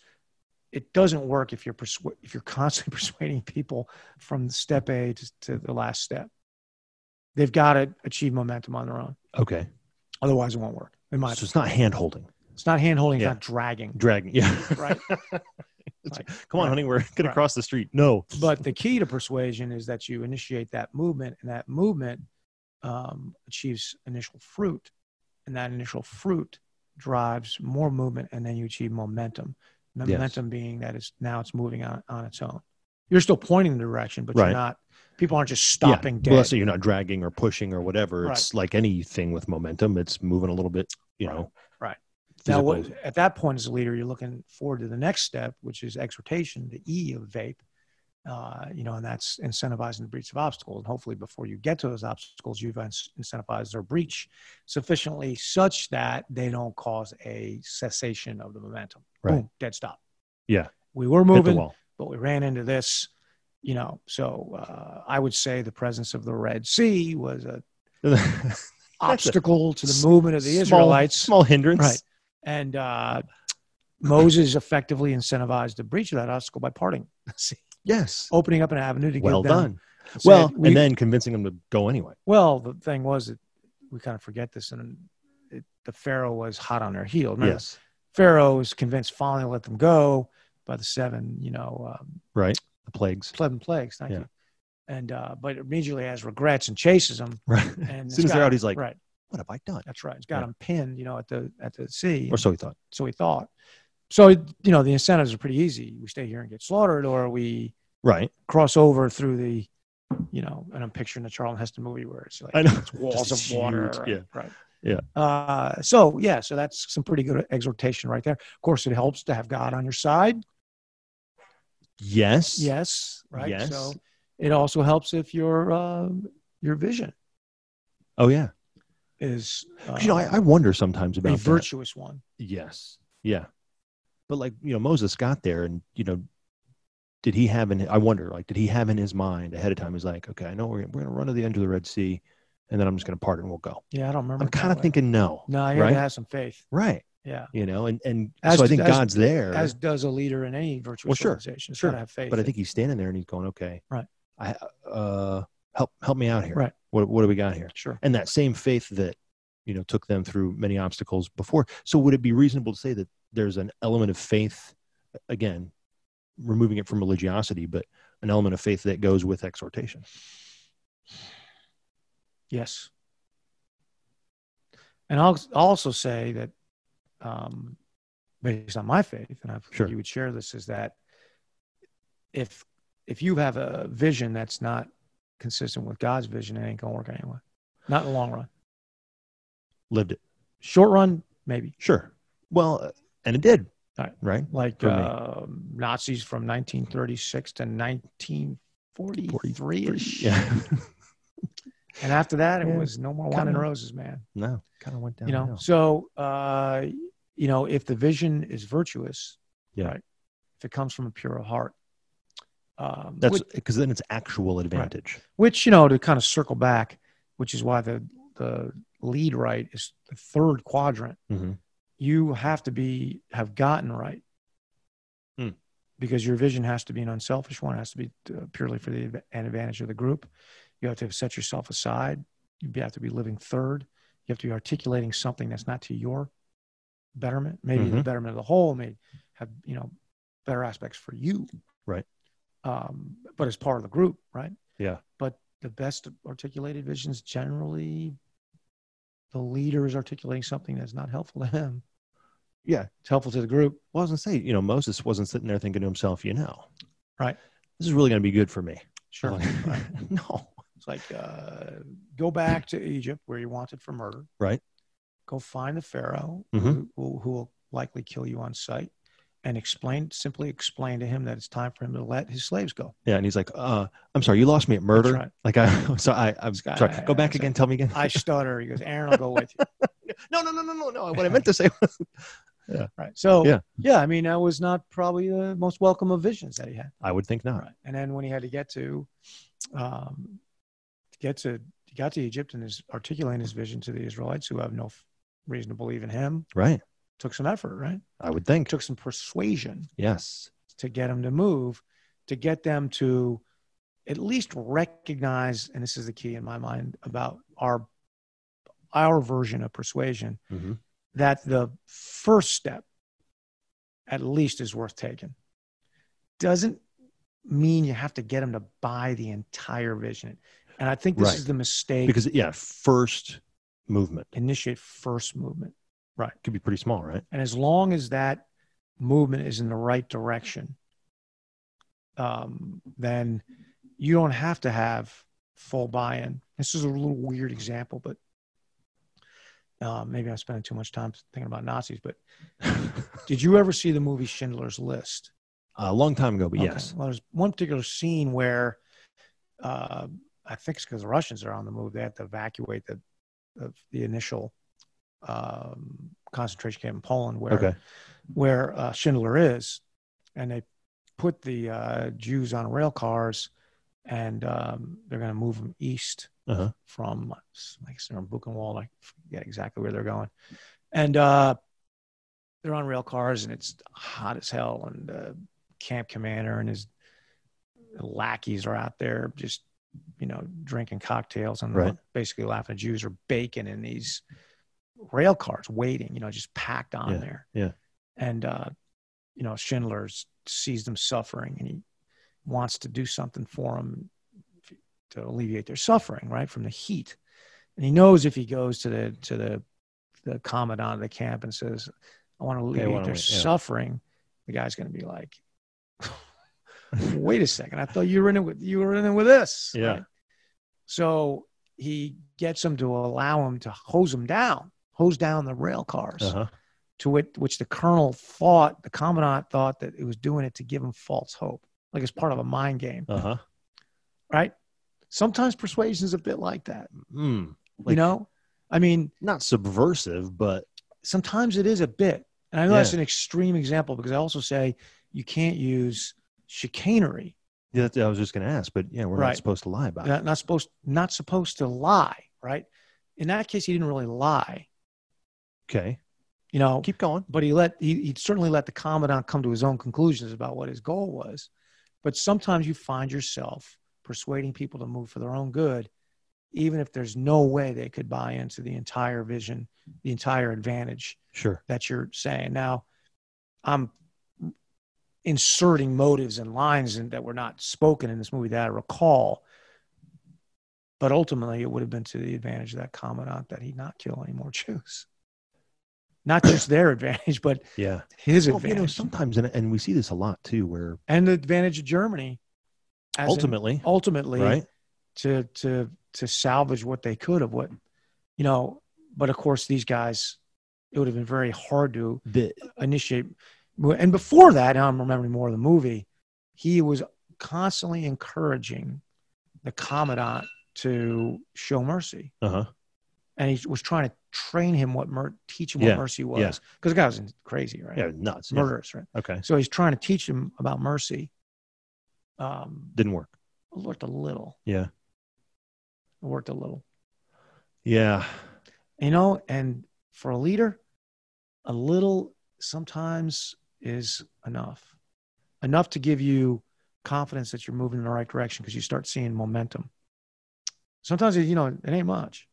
Speaker 2: it doesn't work if you're persu- if you're constantly [LAUGHS] persuading people from step A to, to the last step. They've got to achieve momentum on their own.
Speaker 1: Okay.
Speaker 2: Otherwise, it won't work. In my,
Speaker 1: So it's not hand holding,
Speaker 2: it's not hand holding.
Speaker 1: Yeah.
Speaker 2: It's not dragging.
Speaker 1: dragging. [LAUGHS] Yeah.
Speaker 2: Right.
Speaker 1: It's-
Speaker 2: Right.
Speaker 1: Come on,
Speaker 2: Right.
Speaker 1: honey. We're going to
Speaker 2: Right.
Speaker 1: cross the street. No.
Speaker 2: but the key to persuasion is that you initiate that movement and that movement um, achieves initial fruit and that initial fruit drives more movement and then you achieve momentum
Speaker 1: Yes.
Speaker 2: momentum being that it's now it's moving on, on its own you're still pointing the direction but
Speaker 1: Right.
Speaker 2: you're not people aren't just
Speaker 1: Yeah.
Speaker 2: stopping
Speaker 1: Well,
Speaker 2: dead
Speaker 1: so you're not dragging or pushing or whatever. It's like anything with momentum. It's moving a little bit, you
Speaker 2: Right.
Speaker 1: know.
Speaker 2: Right. now
Speaker 1: physical-
Speaker 2: what, at that point as a leader you're looking forward to the next step which is exhortation the e of vape uh, you know and that's incentivizing the breach of obstacles and hopefully before you get to those obstacles you've in- incentivized their breach sufficiently such that they don't cause a cessation of the momentum
Speaker 1: Right.
Speaker 2: Boom, dead stop
Speaker 1: Yeah.
Speaker 2: we were
Speaker 1: hit the
Speaker 2: moving
Speaker 1: wall. [LAUGHS]
Speaker 2: but we ran into this you know so uh, i would say the presence of the red sea was an
Speaker 1: a
Speaker 2: obstacle to the movement of the
Speaker 1: Small-
Speaker 2: israelites
Speaker 1: Small hindrance.
Speaker 2: Right. And uh, Moses effectively incentivized the breach of that obstacle by parting, [LAUGHS]
Speaker 1: Yes.
Speaker 2: opening up an avenue Oh, to
Speaker 1: well
Speaker 2: give them.
Speaker 1: done.
Speaker 2: said,
Speaker 1: well,
Speaker 2: we-
Speaker 1: and then convincing them to go anyway.
Speaker 2: well, the thing was that we kind of forget this, and it, the Pharaoh was hot on their heel. Remember,
Speaker 1: Yes.
Speaker 2: Pharaoh was convinced finally to let them go by the seven, you know, um,
Speaker 1: Right. The plagues. [LAUGHS]
Speaker 2: seven plagues. Thank
Speaker 1: Yeah.
Speaker 2: you. And uh, but immediately has regrets and chases them.
Speaker 1: Right. as
Speaker 2: And it's
Speaker 1: soon as they're
Speaker 2: got-
Speaker 1: out, he's like,
Speaker 2: right,
Speaker 1: "What have I done?"
Speaker 2: that's right. It's got
Speaker 1: Yeah.
Speaker 2: them pinned, you know, at the at the sea.
Speaker 1: Or so he thought.
Speaker 2: so he thought. So you know the incentives are pretty easy. We stay here and get slaughtered, or we
Speaker 1: Right.
Speaker 2: cross over through the, you know, and I'm picturing the Charlton Heston movie where it's like
Speaker 1: I know.
Speaker 2: it's walls of
Speaker 1: Just
Speaker 2: water,
Speaker 1: huge, yeah.
Speaker 2: right,
Speaker 1: Yeah.
Speaker 2: Uh, so yeah, so that's some pretty good exhortation right there. Of course, it helps to have God on your side.
Speaker 1: Yes.
Speaker 2: Yes, right.
Speaker 1: Yes.
Speaker 2: So it also helps if your uh, your vision
Speaker 1: Oh yeah.
Speaker 2: is uh,
Speaker 1: you know, I, I wonder sometimes about
Speaker 2: a
Speaker 1: that.
Speaker 2: virtuous one.
Speaker 1: Yes. Yeah. But like, you know, Moses got there and, you know, did he have in, I wonder, like, did he have in his mind ahead of time? He's like, okay, I know we're, we're going to run to the end of the Red Sea and then I'm just going to part and we'll go.
Speaker 2: Yeah, I don't remember.
Speaker 1: I'm
Speaker 2: it that
Speaker 1: kind of
Speaker 2: way.
Speaker 1: thinking no.
Speaker 2: No, you
Speaker 1: right?
Speaker 2: gotta have some faith.
Speaker 1: Right.
Speaker 2: Yeah.
Speaker 1: You know, and, and
Speaker 2: As-
Speaker 1: so I think
Speaker 2: as-
Speaker 1: God's there,
Speaker 2: as does a leader in any virtuous
Speaker 1: Well, sure,
Speaker 2: organization. It's
Speaker 1: sure.
Speaker 2: got to have faith.
Speaker 1: but I think he's standing there and he's going, okay,
Speaker 2: Right.
Speaker 1: I, uh, help, help me out here.
Speaker 2: Right.
Speaker 1: What, what do we got here?
Speaker 2: sure.
Speaker 1: and that same faith that you know took them through many obstacles before so would it be reasonable to say that there's an element of faith again removing it from religiosity but an element of faith that goes with exhortation
Speaker 2: Yes. And I'll I'll also say that, um, based on my faith, and I think
Speaker 1: Sure.
Speaker 2: you would share this, is that if if you have a vision that's not consistent with God's vision, it ain't gonna work anyway. Not in the long run.
Speaker 1: lived it
Speaker 2: Short run, maybe.
Speaker 1: sure well uh, and it did
Speaker 2: Right.
Speaker 1: right
Speaker 2: Like
Speaker 1: For me.
Speaker 2: um Nazis from 1936 to 1943 ish.
Speaker 1: yeah [LAUGHS]
Speaker 2: And after that, it
Speaker 1: Yeah.
Speaker 2: was no more wine and
Speaker 1: Kinda.
Speaker 2: roses, man.
Speaker 1: no kind of went down
Speaker 2: you know
Speaker 1: no.
Speaker 2: so uh you know if the vision is virtuous
Speaker 1: Yeah.
Speaker 2: right if it comes from a pure heart um
Speaker 1: that's
Speaker 2: which,
Speaker 1: because then it's actual advantage
Speaker 2: which, you know to kind of circle back which is why the the lead right is the third quadrant
Speaker 1: Mhm.
Speaker 2: you have to be have gotten right
Speaker 1: Hmm.
Speaker 2: because your vision has to be an unselfish one it has to be uh, purely for the adv- an advantage of the group you have to set yourself aside you have to be living third you have to be articulating something that's not to your betterment maybe the
Speaker 1: Mhm.
Speaker 2: betterment of the whole may have you know better aspects for you
Speaker 1: Right.
Speaker 2: um, but as part of the group right
Speaker 1: Yeah.
Speaker 2: but the best articulated visions generally the leader is articulating something that's not helpful to him
Speaker 1: Yeah.
Speaker 2: it's helpful to the group
Speaker 1: well i was going to say you know moses wasn't sitting there thinking to himself you know
Speaker 2: Right.
Speaker 1: this is really going to be good for me
Speaker 2: sure
Speaker 1: [LAUGHS]
Speaker 2: right.
Speaker 1: no
Speaker 2: It's like uh, go back to Egypt where you're wanted for murder.
Speaker 1: Right.
Speaker 2: Go find the Pharaoh
Speaker 1: Mhm.
Speaker 2: who, who, who will likely kill you on sight. and explained simply explained to him that it's time for him to let his slaves go.
Speaker 1: Yeah, and he's like, uh, "I'm sorry, you lost me at murder."
Speaker 2: right.
Speaker 1: Like I, [LAUGHS] so I, I'm
Speaker 2: This guy-
Speaker 1: sorry. Go back
Speaker 2: so-
Speaker 1: again. Tell me again. [LAUGHS]
Speaker 2: I stutter. He goes, Aaron, I'll go with you.
Speaker 1: no, no, no, no, no, no. What I meant to say. was
Speaker 2: Right. So
Speaker 1: Yeah.
Speaker 2: yeah, I mean, that was not probably the most welcome of visions that he had.
Speaker 1: I would think not.
Speaker 2: Right. And then when he had to get to, um, to get to, he got to Egypt and is articulating his vision to the Israelites who have no f- reason to believe in him.
Speaker 1: Right.
Speaker 2: Took some effort, right?
Speaker 1: I would think.
Speaker 2: Took some persuasion
Speaker 1: Yes.
Speaker 2: to get him to move, to get them to at least recognize, and this is the key in my mind about our our version of persuasion,
Speaker 1: Mm-hmm.
Speaker 2: that the first step at least is worth taking. Doesn't mean you have to get them to buy the entire vision. And I think this
Speaker 1: Right.
Speaker 2: is the mistake
Speaker 1: Because yeah, first movement
Speaker 2: initiate first movement.
Speaker 1: could be pretty small, right? [LAUGHS]
Speaker 2: And as long as that movement is in the right direction, um, then you don't have to have full buy-in. This is a little weird example, but uh, maybe I'm spending too much time thinking about Nazis. But did you ever see the movie Schindler's List?
Speaker 1: A long time ago, but
Speaker 2: Okay.
Speaker 1: yes.
Speaker 2: Well, there's one particular scene where uh, I think it's because the Russians are on the move. They have to evacuate the the, the initial um, concentration camp in Poland, where
Speaker 1: Okay.
Speaker 2: where uh, Schindler is, and they put the uh, Jews on rail cars, and um, they're going to move them east
Speaker 1: Uh-huh.
Speaker 2: from like somewhere in Buchenwald. I forget exactly where they're going, and uh, they're on rail cars, and it's hot as hell, and the camp commander and his lackeys are out there just you know drinking cocktails and
Speaker 1: Right.
Speaker 2: basically laughing at Jews are baking in these rail cars waiting, you know, just packed on
Speaker 1: Yeah,
Speaker 2: there.
Speaker 1: yeah.
Speaker 2: And uh, you know, Schindler sees them suffering and he wants to do something for them to alleviate their suffering, right, from the heat. And he knows if he goes to the to the the commandant of the camp and says, "I want to alleviate
Speaker 1: wanna
Speaker 2: their
Speaker 1: wait, yeah.
Speaker 2: suffering," the guy's going to be
Speaker 1: [LAUGHS]
Speaker 2: like, "Wait a second! I thought you were in it with you were in it with this."
Speaker 1: Yeah.
Speaker 2: right? So he gets them to allow him to hose them down, hose down the rail cars
Speaker 1: Uh-huh.
Speaker 2: to which, which the colonel thought, the commandant thought that it was doing it to give him false hope, like it's part of a mind game,
Speaker 1: Uh-huh.
Speaker 2: right? Sometimes persuasion's a bit like that,
Speaker 1: Mm.
Speaker 2: you
Speaker 1: Like-
Speaker 2: know. I mean,
Speaker 1: Not subversive, but
Speaker 2: sometimes it is a bit, and I know
Speaker 1: Yeah.
Speaker 2: that's an extreme example because I also say you can't use chicanery.
Speaker 1: yeah, that's- I was just going to ask. But yeah, we're not
Speaker 2: Right.
Speaker 1: supposed to lie about
Speaker 2: Not, not supposed, not supposed to lie, right? In that case, he didn't really lie,
Speaker 1: it. Okay.
Speaker 2: you know.
Speaker 1: Keep going.
Speaker 2: but he let he, he certainly let the commandant come to his own conclusions about what his goal was but sometimes you find yourself persuading people to move for their own good even if there's no way they could buy into the entire vision the entire advantage
Speaker 1: Sure.
Speaker 2: that you're saying now i'm inserting motives and lines in, that were not spoken in this movie that i recall but ultimately it would have been to the advantage of that commandant that he not kill any more [LAUGHS] jews not just their advantage but
Speaker 1: Yeah.
Speaker 2: his
Speaker 1: Well, you
Speaker 2: advantage
Speaker 1: know, sometimes, and, and we see this a lot too, where
Speaker 2: and the advantage of Germany as in-
Speaker 1: ultimately,
Speaker 2: ultimately
Speaker 1: right?
Speaker 2: to to to salvage what they could of what you know but of course these guys it would have been very hard to
Speaker 1: The,
Speaker 2: initiate and before that now I'm remembering more of the movie he was constantly encouraging the commandant to show mercy
Speaker 1: uh-huh.
Speaker 2: and he was trying to train him what mer- teach him what
Speaker 1: Yeah,
Speaker 2: mercy was
Speaker 1: yeah.
Speaker 2: because the guy was crazy right
Speaker 1: Yeah, nuts. Yeah.
Speaker 2: murderous right
Speaker 1: Okay.
Speaker 2: so he's trying to teach him about mercy. Um,
Speaker 1: Didn't work.
Speaker 2: it worked a little.
Speaker 1: Yeah.
Speaker 2: It worked a little.
Speaker 1: Yeah.
Speaker 2: You know, and for a leader, a little sometimes is enough. Enough to give you confidence that you're moving in the right direction because you start seeing momentum. Sometimes you know it ain't much,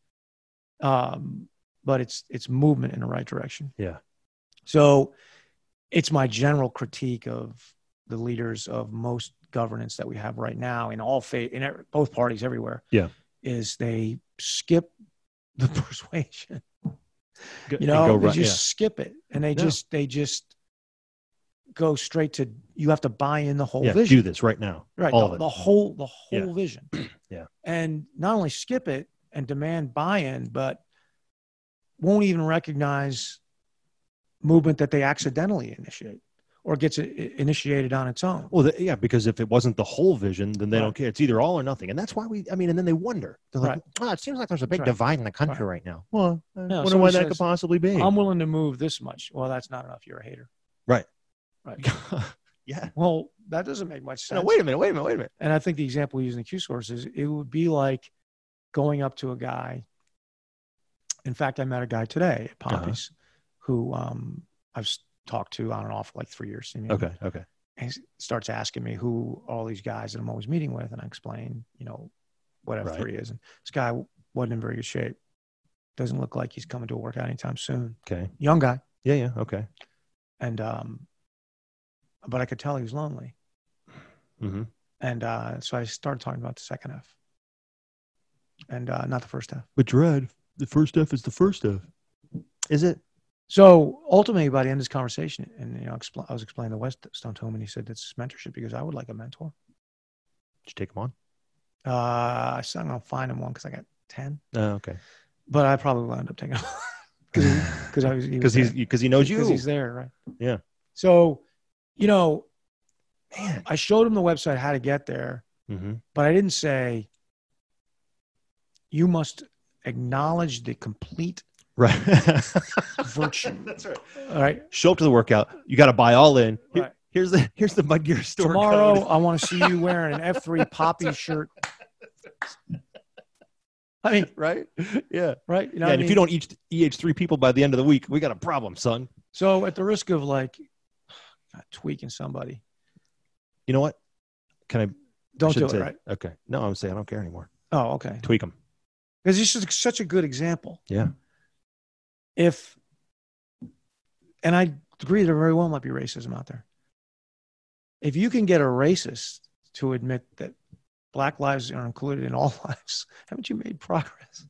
Speaker 2: um, but it's it's movement in the right direction.
Speaker 1: Yeah.
Speaker 2: So it's my general critique of the leaders of most governance that we have right now in all fa- in every- both parties everywhere.
Speaker 1: Yeah.
Speaker 2: Is they skip the [LAUGHS] persuasion.
Speaker 1: Go-
Speaker 2: You know,
Speaker 1: go
Speaker 2: they
Speaker 1: right-
Speaker 2: just skip it and they
Speaker 1: No.
Speaker 2: just they just go straight to you have to buy in the whole
Speaker 1: yeah. yeah
Speaker 2: vision.
Speaker 1: do this right now.
Speaker 2: right.
Speaker 1: all
Speaker 2: the,
Speaker 1: of it.
Speaker 2: the whole the whole
Speaker 1: Yeah.
Speaker 2: vision.
Speaker 1: [CLEARS THROAT] Yeah.
Speaker 2: And not only skip it and demand buy-in, but won't even recognize movement that they accidentally initiate or gets i- initiated on its own.
Speaker 1: Well, the, yeah, because if it wasn't the whole vision, then they
Speaker 2: Right.
Speaker 1: don't care. It's either all or nothing, and that's why we. I mean, and then they wonder. They're like,
Speaker 2: Right.
Speaker 1: "Ah, it seems like there's a big
Speaker 2: Right.
Speaker 1: divide in the country right, now." Well, I wonder why
Speaker 2: someone
Speaker 1: that could
Speaker 2: says,
Speaker 1: possibly be.
Speaker 2: I'm willing to move this much. Well, that's not enough. You're a hater.
Speaker 1: yeah.
Speaker 2: [LAUGHS] Well, that doesn't make much
Speaker 1: No,
Speaker 2: sense.
Speaker 1: wait a minute. Wait a minute. Wait a minute.
Speaker 2: and I think the example we use in the Q source is it would be like going up to a guy. In fact, I met a guy today at
Speaker 1: Uh-huh.
Speaker 2: Pompey's who um, I've s- talked to on and off for like three years. you know.
Speaker 1: Okay. Okay.
Speaker 2: And he s- starts asking me who all these guys that I'm always meeting with, and I explain, you know, what F3 is. And this guy wasn't in very good shape. Doesn't look like he's coming to a workout anytime soon.
Speaker 1: Okay.
Speaker 2: Young guy.
Speaker 1: Yeah. Yeah. Okay.
Speaker 2: And, um, but I could tell he was lonely.
Speaker 1: Mm-hmm.
Speaker 2: And uh, so I started talking about the second half and uh, not the first half.
Speaker 1: But Gerard, the first F is the first F. Is it?
Speaker 2: So ultimately, by the end of this conversation, and you know, expl- I was explaining the West Stone to him, and he said, "This is mentorship because I would like a mentor."
Speaker 1: Did you take him on?
Speaker 2: Uh, I said, "I'm gonna find him one because I got ten,
Speaker 1: Oh, okay.
Speaker 2: but I probably will end up taking [LAUGHS]
Speaker 1: [SIGHS]
Speaker 2: because because
Speaker 1: [LAUGHS]
Speaker 2: I was
Speaker 1: Because he's because he knows you.
Speaker 2: because he's there, right?
Speaker 1: Yeah.
Speaker 2: So, you know,
Speaker 1: man.
Speaker 2: I showed him the website how to get there,
Speaker 1: Mm-hmm.
Speaker 2: but I didn't say you must acknowledge the complete
Speaker 1: Right.
Speaker 2: virtue.
Speaker 1: [LAUGHS] That's right.
Speaker 2: [LAUGHS] All right.
Speaker 1: Show up to the workout. You got to buy all in. Here-
Speaker 2: Right.
Speaker 1: Here's the here's the mud gear store
Speaker 2: Tomorrow,
Speaker 1: code.
Speaker 2: I want to see you wearing an F3 poppy shirt. I mean,
Speaker 1: [LAUGHS] Right. Yeah.
Speaker 2: right? You know
Speaker 1: yeah, and
Speaker 2: what I
Speaker 1: if you
Speaker 2: mean?
Speaker 1: don't each EH three people by the end of the week, we got a problem, son.
Speaker 2: so at the risk of like God, tweaking somebody,
Speaker 1: You know what? Can I? I
Speaker 2: don't do
Speaker 1: shouldn't
Speaker 2: it,
Speaker 1: say-
Speaker 2: right?
Speaker 1: Okay. No, I'm saying I don't care anymore.
Speaker 2: Oh, okay.
Speaker 1: Tweak them.
Speaker 2: Because this is such a good example.
Speaker 1: Yeah.
Speaker 2: If, and I agree, there very well might be racism out there. If you can get a racist to admit that black lives are included in all [LAUGHS] lives, haven't you made progress?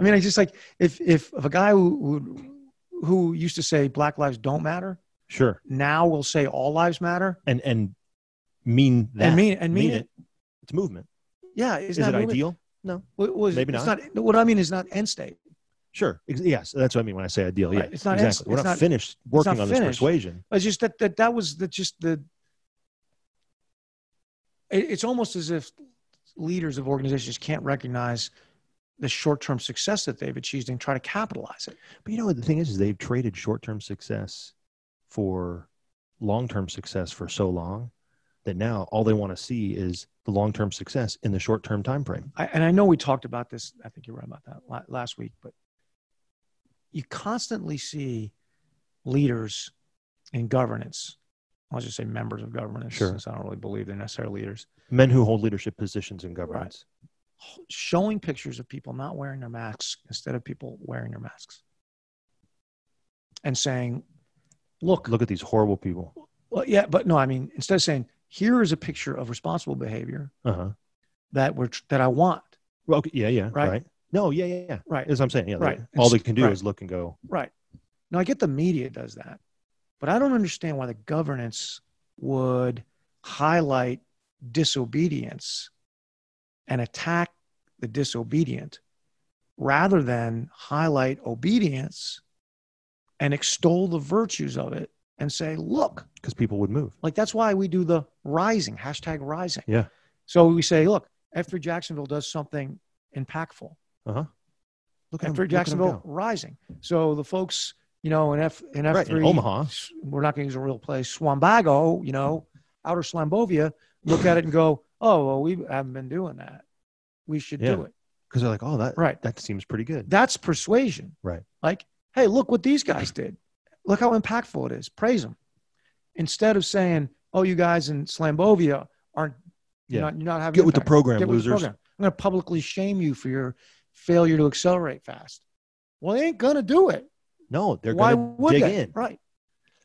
Speaker 2: I mean, I just like if if, if a guy who, who who used to say black lives don't matter
Speaker 1: Sure.
Speaker 2: now will say all lives matter
Speaker 1: And and mean that.
Speaker 2: and mean and mean, it.
Speaker 1: It's movement.
Speaker 2: Yeah,
Speaker 1: Is
Speaker 2: it's
Speaker 1: it
Speaker 2: not movement.
Speaker 1: ideal?
Speaker 2: What, what is it?
Speaker 1: Maybe
Speaker 2: it's
Speaker 1: not.
Speaker 2: not. What I mean is not end state.
Speaker 1: Sure. Ex- yes, that's what I mean when I say ideal. Yeah,
Speaker 2: Right. It's not
Speaker 1: exactly.
Speaker 2: ends-
Speaker 1: We're
Speaker 2: it's
Speaker 1: not,
Speaker 2: not-
Speaker 1: finished working
Speaker 2: not
Speaker 1: on this
Speaker 2: finished.
Speaker 1: persuasion.
Speaker 2: It's just that that that was the just the. It, it's almost as if leaders of organizations can't recognize the short-term success that they've achieved and try to capitalize it.
Speaker 1: But you know what the thing is, is they've traded short-term success for long-term success for so long that now all they want to see is the long-term success in the short-term time frame.
Speaker 2: I, and I know we talked about this. I think you were right about that la- last week, but you constantly see leaders in governance. I'll just say members of governance,
Speaker 1: Sure.
Speaker 2: since I don't really believe they're necessarily leaders.
Speaker 1: Men who hold leadership positions in governments.
Speaker 2: Showing pictures of people not wearing their masks instead of people wearing their masks, and saying, "Look,
Speaker 1: Look at these horrible people.
Speaker 2: Well, yeah, but no, I mean, instead of saying, here is a picture of responsible behavior
Speaker 1: Uh-huh.
Speaker 2: that we're, that I want.
Speaker 1: Well, okay, yeah, yeah, right.
Speaker 2: Right.
Speaker 1: No, yeah, yeah, yeah.
Speaker 2: Right.
Speaker 1: As I'm saying, yeah,
Speaker 2: Right.
Speaker 1: all they can do
Speaker 2: Right.
Speaker 1: is look and go,
Speaker 2: Right. Now, I get the media does that, but I don't understand why the governance would highlight disobedience and attack the disobedient rather than highlight obedience and extol the virtues of it and say, look,
Speaker 1: because people would move.
Speaker 2: Like that's why we do the rising hashtag rising.
Speaker 1: Yeah.
Speaker 2: So we say, look, F3 Jacksonville does something impactful.
Speaker 1: Uh-huh. Look at them- look
Speaker 2: F3
Speaker 1: at them
Speaker 2: Jacksonville
Speaker 1: go.
Speaker 2: rising. So the folks, you know, in F in F3,
Speaker 1: Right, in Omaha.
Speaker 2: we're not going to use a real place. Swambago, you know, outer Slambovia, look at it and go, oh well, we haven't been doing that. We should
Speaker 1: Yeah.
Speaker 2: do it.
Speaker 1: Because they're like, oh, that
Speaker 2: Right.
Speaker 1: that seems pretty good.
Speaker 2: That's persuasion.
Speaker 1: Right.
Speaker 2: Like, hey, look what these guys did. Look how impactful it is. Praise them. Instead of saying, oh, you guys in Slambovia aren't,
Speaker 1: Yeah.
Speaker 2: you're, not, you're not having
Speaker 1: Get with the
Speaker 2: impact.
Speaker 1: program,
Speaker 2: Get with
Speaker 1: losers.
Speaker 2: the program. I'm going to publicly shame you for your failure to accelerate fast. Well, they ain't going to do it.
Speaker 1: No, they're
Speaker 2: Why
Speaker 1: going to
Speaker 2: would
Speaker 1: dig
Speaker 2: they?
Speaker 1: in.
Speaker 2: Right.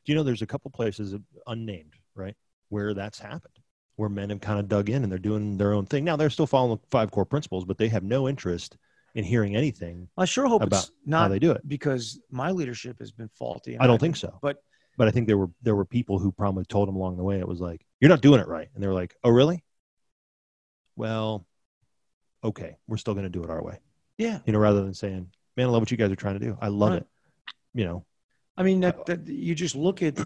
Speaker 1: Do you know there's a couple places unnamed, right, where that's happened, where men have kind of dug in and they're doing their own thing. Now they're still following five core principles, but they have no interest in hearing anything
Speaker 2: I sure hope
Speaker 1: About
Speaker 2: it's
Speaker 1: how
Speaker 2: not
Speaker 1: they do it.
Speaker 2: because my leadership has been faulty. and
Speaker 1: I don't think so.
Speaker 2: But
Speaker 1: But I think there were there were people who probably told them along the way it was like, "You're not doing it right," and they were like, "Oh, really? Well, okay, we're still going to do it our way."
Speaker 2: yeah,
Speaker 1: You know, rather than saying, "Man, I love what you guys are trying to do. I love
Speaker 2: Right.
Speaker 1: it." You know,
Speaker 2: I mean, that, that you just look at,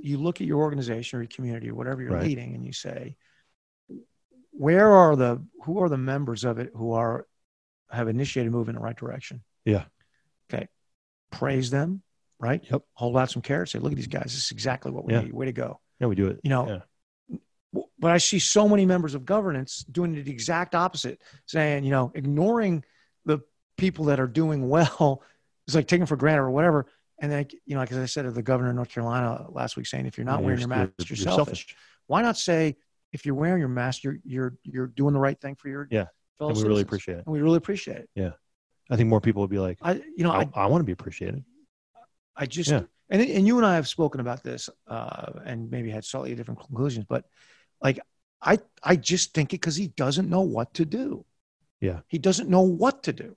Speaker 2: you look at your organization or your community or whatever you're
Speaker 1: Right.
Speaker 2: leading and you say, where are the who are the members of it who are have initiated move in the right direction?
Speaker 1: Yeah.
Speaker 2: Okay. Praise them, right?
Speaker 1: Yep.
Speaker 2: Hold out some carrots. Say, look at these guys. This is exactly what we
Speaker 1: Yeah.
Speaker 2: need. Way to go.
Speaker 1: Yeah, we do it.
Speaker 2: You know,
Speaker 1: Yeah.
Speaker 2: w- but I see so many members of governance doing the exact opposite, saying, you know, ignoring the people that are doing well [LAUGHS] is like taking for granted or whatever. And then, you know, like as I said of the governor of North Carolina last week, saying if you're not wearing your mask, you're, selfish. Why not say if you're wearing your mask, you're you're you're doing the right thing for your
Speaker 1: Yeah.
Speaker 2: fellow
Speaker 1: and we really
Speaker 2: citizens.
Speaker 1: appreciate it.
Speaker 2: and we really appreciate it.
Speaker 1: I think more people would be like,
Speaker 2: I you know
Speaker 1: I,
Speaker 2: I
Speaker 1: I want to be appreciated.
Speaker 2: I just
Speaker 1: Yeah.
Speaker 2: and and you and I have spoken about this uh, and maybe had slightly different conclusions, but like I I just think it because he doesn't know what to do.
Speaker 1: Yeah.
Speaker 2: he doesn't know what to do,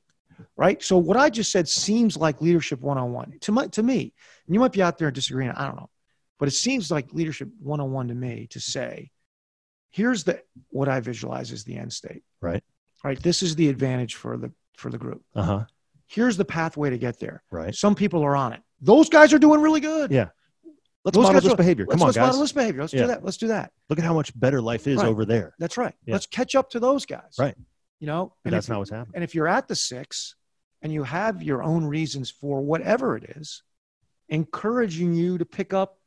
Speaker 2: right? So what I just said seems like leadership one on one to my to me. And you might be out there disagreeing. I don't know, but it seems like leadership one on one to me to say, here's the what I visualize as the end state.
Speaker 1: Right.
Speaker 2: Right. This is the advantage for the for the group.
Speaker 1: Uh huh.
Speaker 2: Here's the pathway to get there.
Speaker 1: Right.
Speaker 2: Some people are on it. Those guys are doing really good.
Speaker 1: Yeah. Let's
Speaker 2: Those
Speaker 1: model
Speaker 2: guys
Speaker 1: this
Speaker 2: are-
Speaker 1: behavior.
Speaker 2: Let's,
Speaker 1: Come on,
Speaker 2: let's
Speaker 1: guys.
Speaker 2: model this behavior. Let's
Speaker 1: Yeah.
Speaker 2: do that. Let's do that.
Speaker 1: Look at how much better life is
Speaker 2: Right.
Speaker 1: over there.
Speaker 2: That's right.
Speaker 1: Yeah.
Speaker 2: Let's catch up to those guys.
Speaker 1: Right.
Speaker 2: You know,
Speaker 1: But that's
Speaker 2: if,
Speaker 1: not what's happening.
Speaker 2: and if you're at the six and you have your own reasons for whatever it is, encouraging you to pick up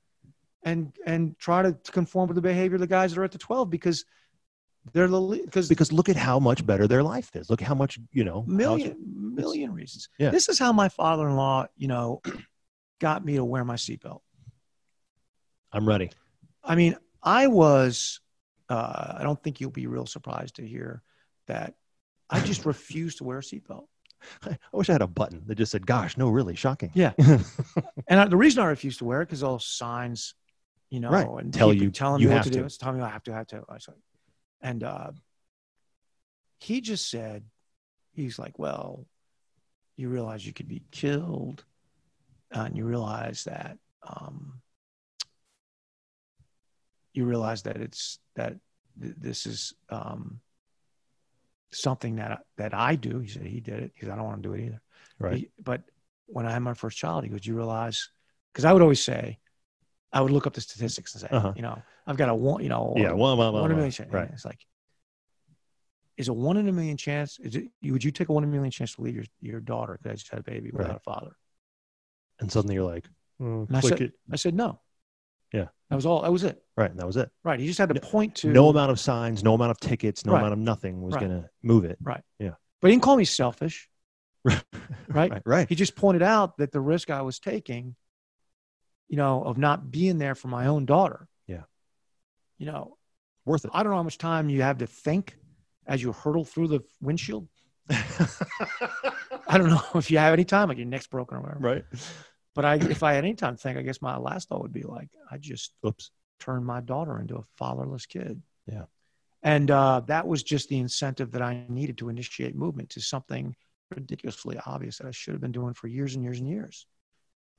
Speaker 2: and and try to conform with the behavior of the guys that are at the 12 because they're the because
Speaker 1: Because look at how much better their life is. Look how much, you know, how it's-
Speaker 2: million million reasons.
Speaker 1: Yeah.
Speaker 2: This is how my father-in-law, you know, [CLEARS THROAT] got me to wear my seatbelt.
Speaker 1: I'm ready. [LAUGHS]
Speaker 2: I mean, I was. Uh, I don't think you'll be real surprised to hear that I just [LAUGHS] refused to wear a seatbelt.
Speaker 1: I wish I had a button that just said, gosh, no, really shocking.
Speaker 2: Yeah. And I, the reason I refused to wear it because all signs, you know,
Speaker 1: Right.
Speaker 2: and
Speaker 1: Tell
Speaker 2: people
Speaker 1: you-
Speaker 2: telling
Speaker 1: you
Speaker 2: me what
Speaker 1: have
Speaker 2: to, do.
Speaker 1: to.
Speaker 2: It's telling me I have to, I have to. I was like, and uh, he just said, he's like, well, you realize you could be killed, uh, and you realize that um, you realize that it's that th- this is um, something that I, that I do. He said he did it because I don't want to do it either.
Speaker 1: Right.
Speaker 2: He- but when I had my first child, he goes, "You realize?" Because I would always say, I would look up the statistics and say,
Speaker 1: Uh-huh.
Speaker 2: you know, I've got a one, you know,
Speaker 1: yeah. Well, well, well,
Speaker 2: one in a
Speaker 1: well.
Speaker 2: million chance.
Speaker 1: Right.
Speaker 2: It's like, is a one in a million chance? Is it, you- would you take a one in a million chance to leave your, your daughter because I just had a baby without
Speaker 1: Right.
Speaker 2: a father?
Speaker 1: And suddenly you're like, mm,
Speaker 2: I
Speaker 1: click
Speaker 2: said-
Speaker 1: it.
Speaker 2: I said no.
Speaker 1: Yeah.
Speaker 2: that was all. That was it.
Speaker 1: Right. And that was it.
Speaker 2: Right. He just had to
Speaker 1: No-
Speaker 2: point to
Speaker 1: no amount of signs, no amount of tickets, no
Speaker 2: Right.
Speaker 1: amount of nothing was
Speaker 2: Right.
Speaker 1: going to move it.
Speaker 2: But he didn't call me selfish. Right.
Speaker 1: [LAUGHS] Right. Right.
Speaker 2: He just pointed out that the risk I was taking, you know, of not being there for my own daughter.
Speaker 1: Yeah.
Speaker 2: You know, [LAUGHS]
Speaker 1: Worth it. [LAUGHS]
Speaker 2: I don't know how much time you have to think as you hurtle through the windshield. I don't know [LAUGHS] if you have any time, like your neck's broken or whatever.
Speaker 1: right.
Speaker 2: But I, if I had any time to think, I guess my last thought would be like, I just
Speaker 1: Oops.
Speaker 2: turned my daughter into a fatherless kid.
Speaker 1: Yeah.
Speaker 2: And uh, that was just the incentive that I needed to initiate movement to something ridiculously obvious that I should have been doing for years and years and years.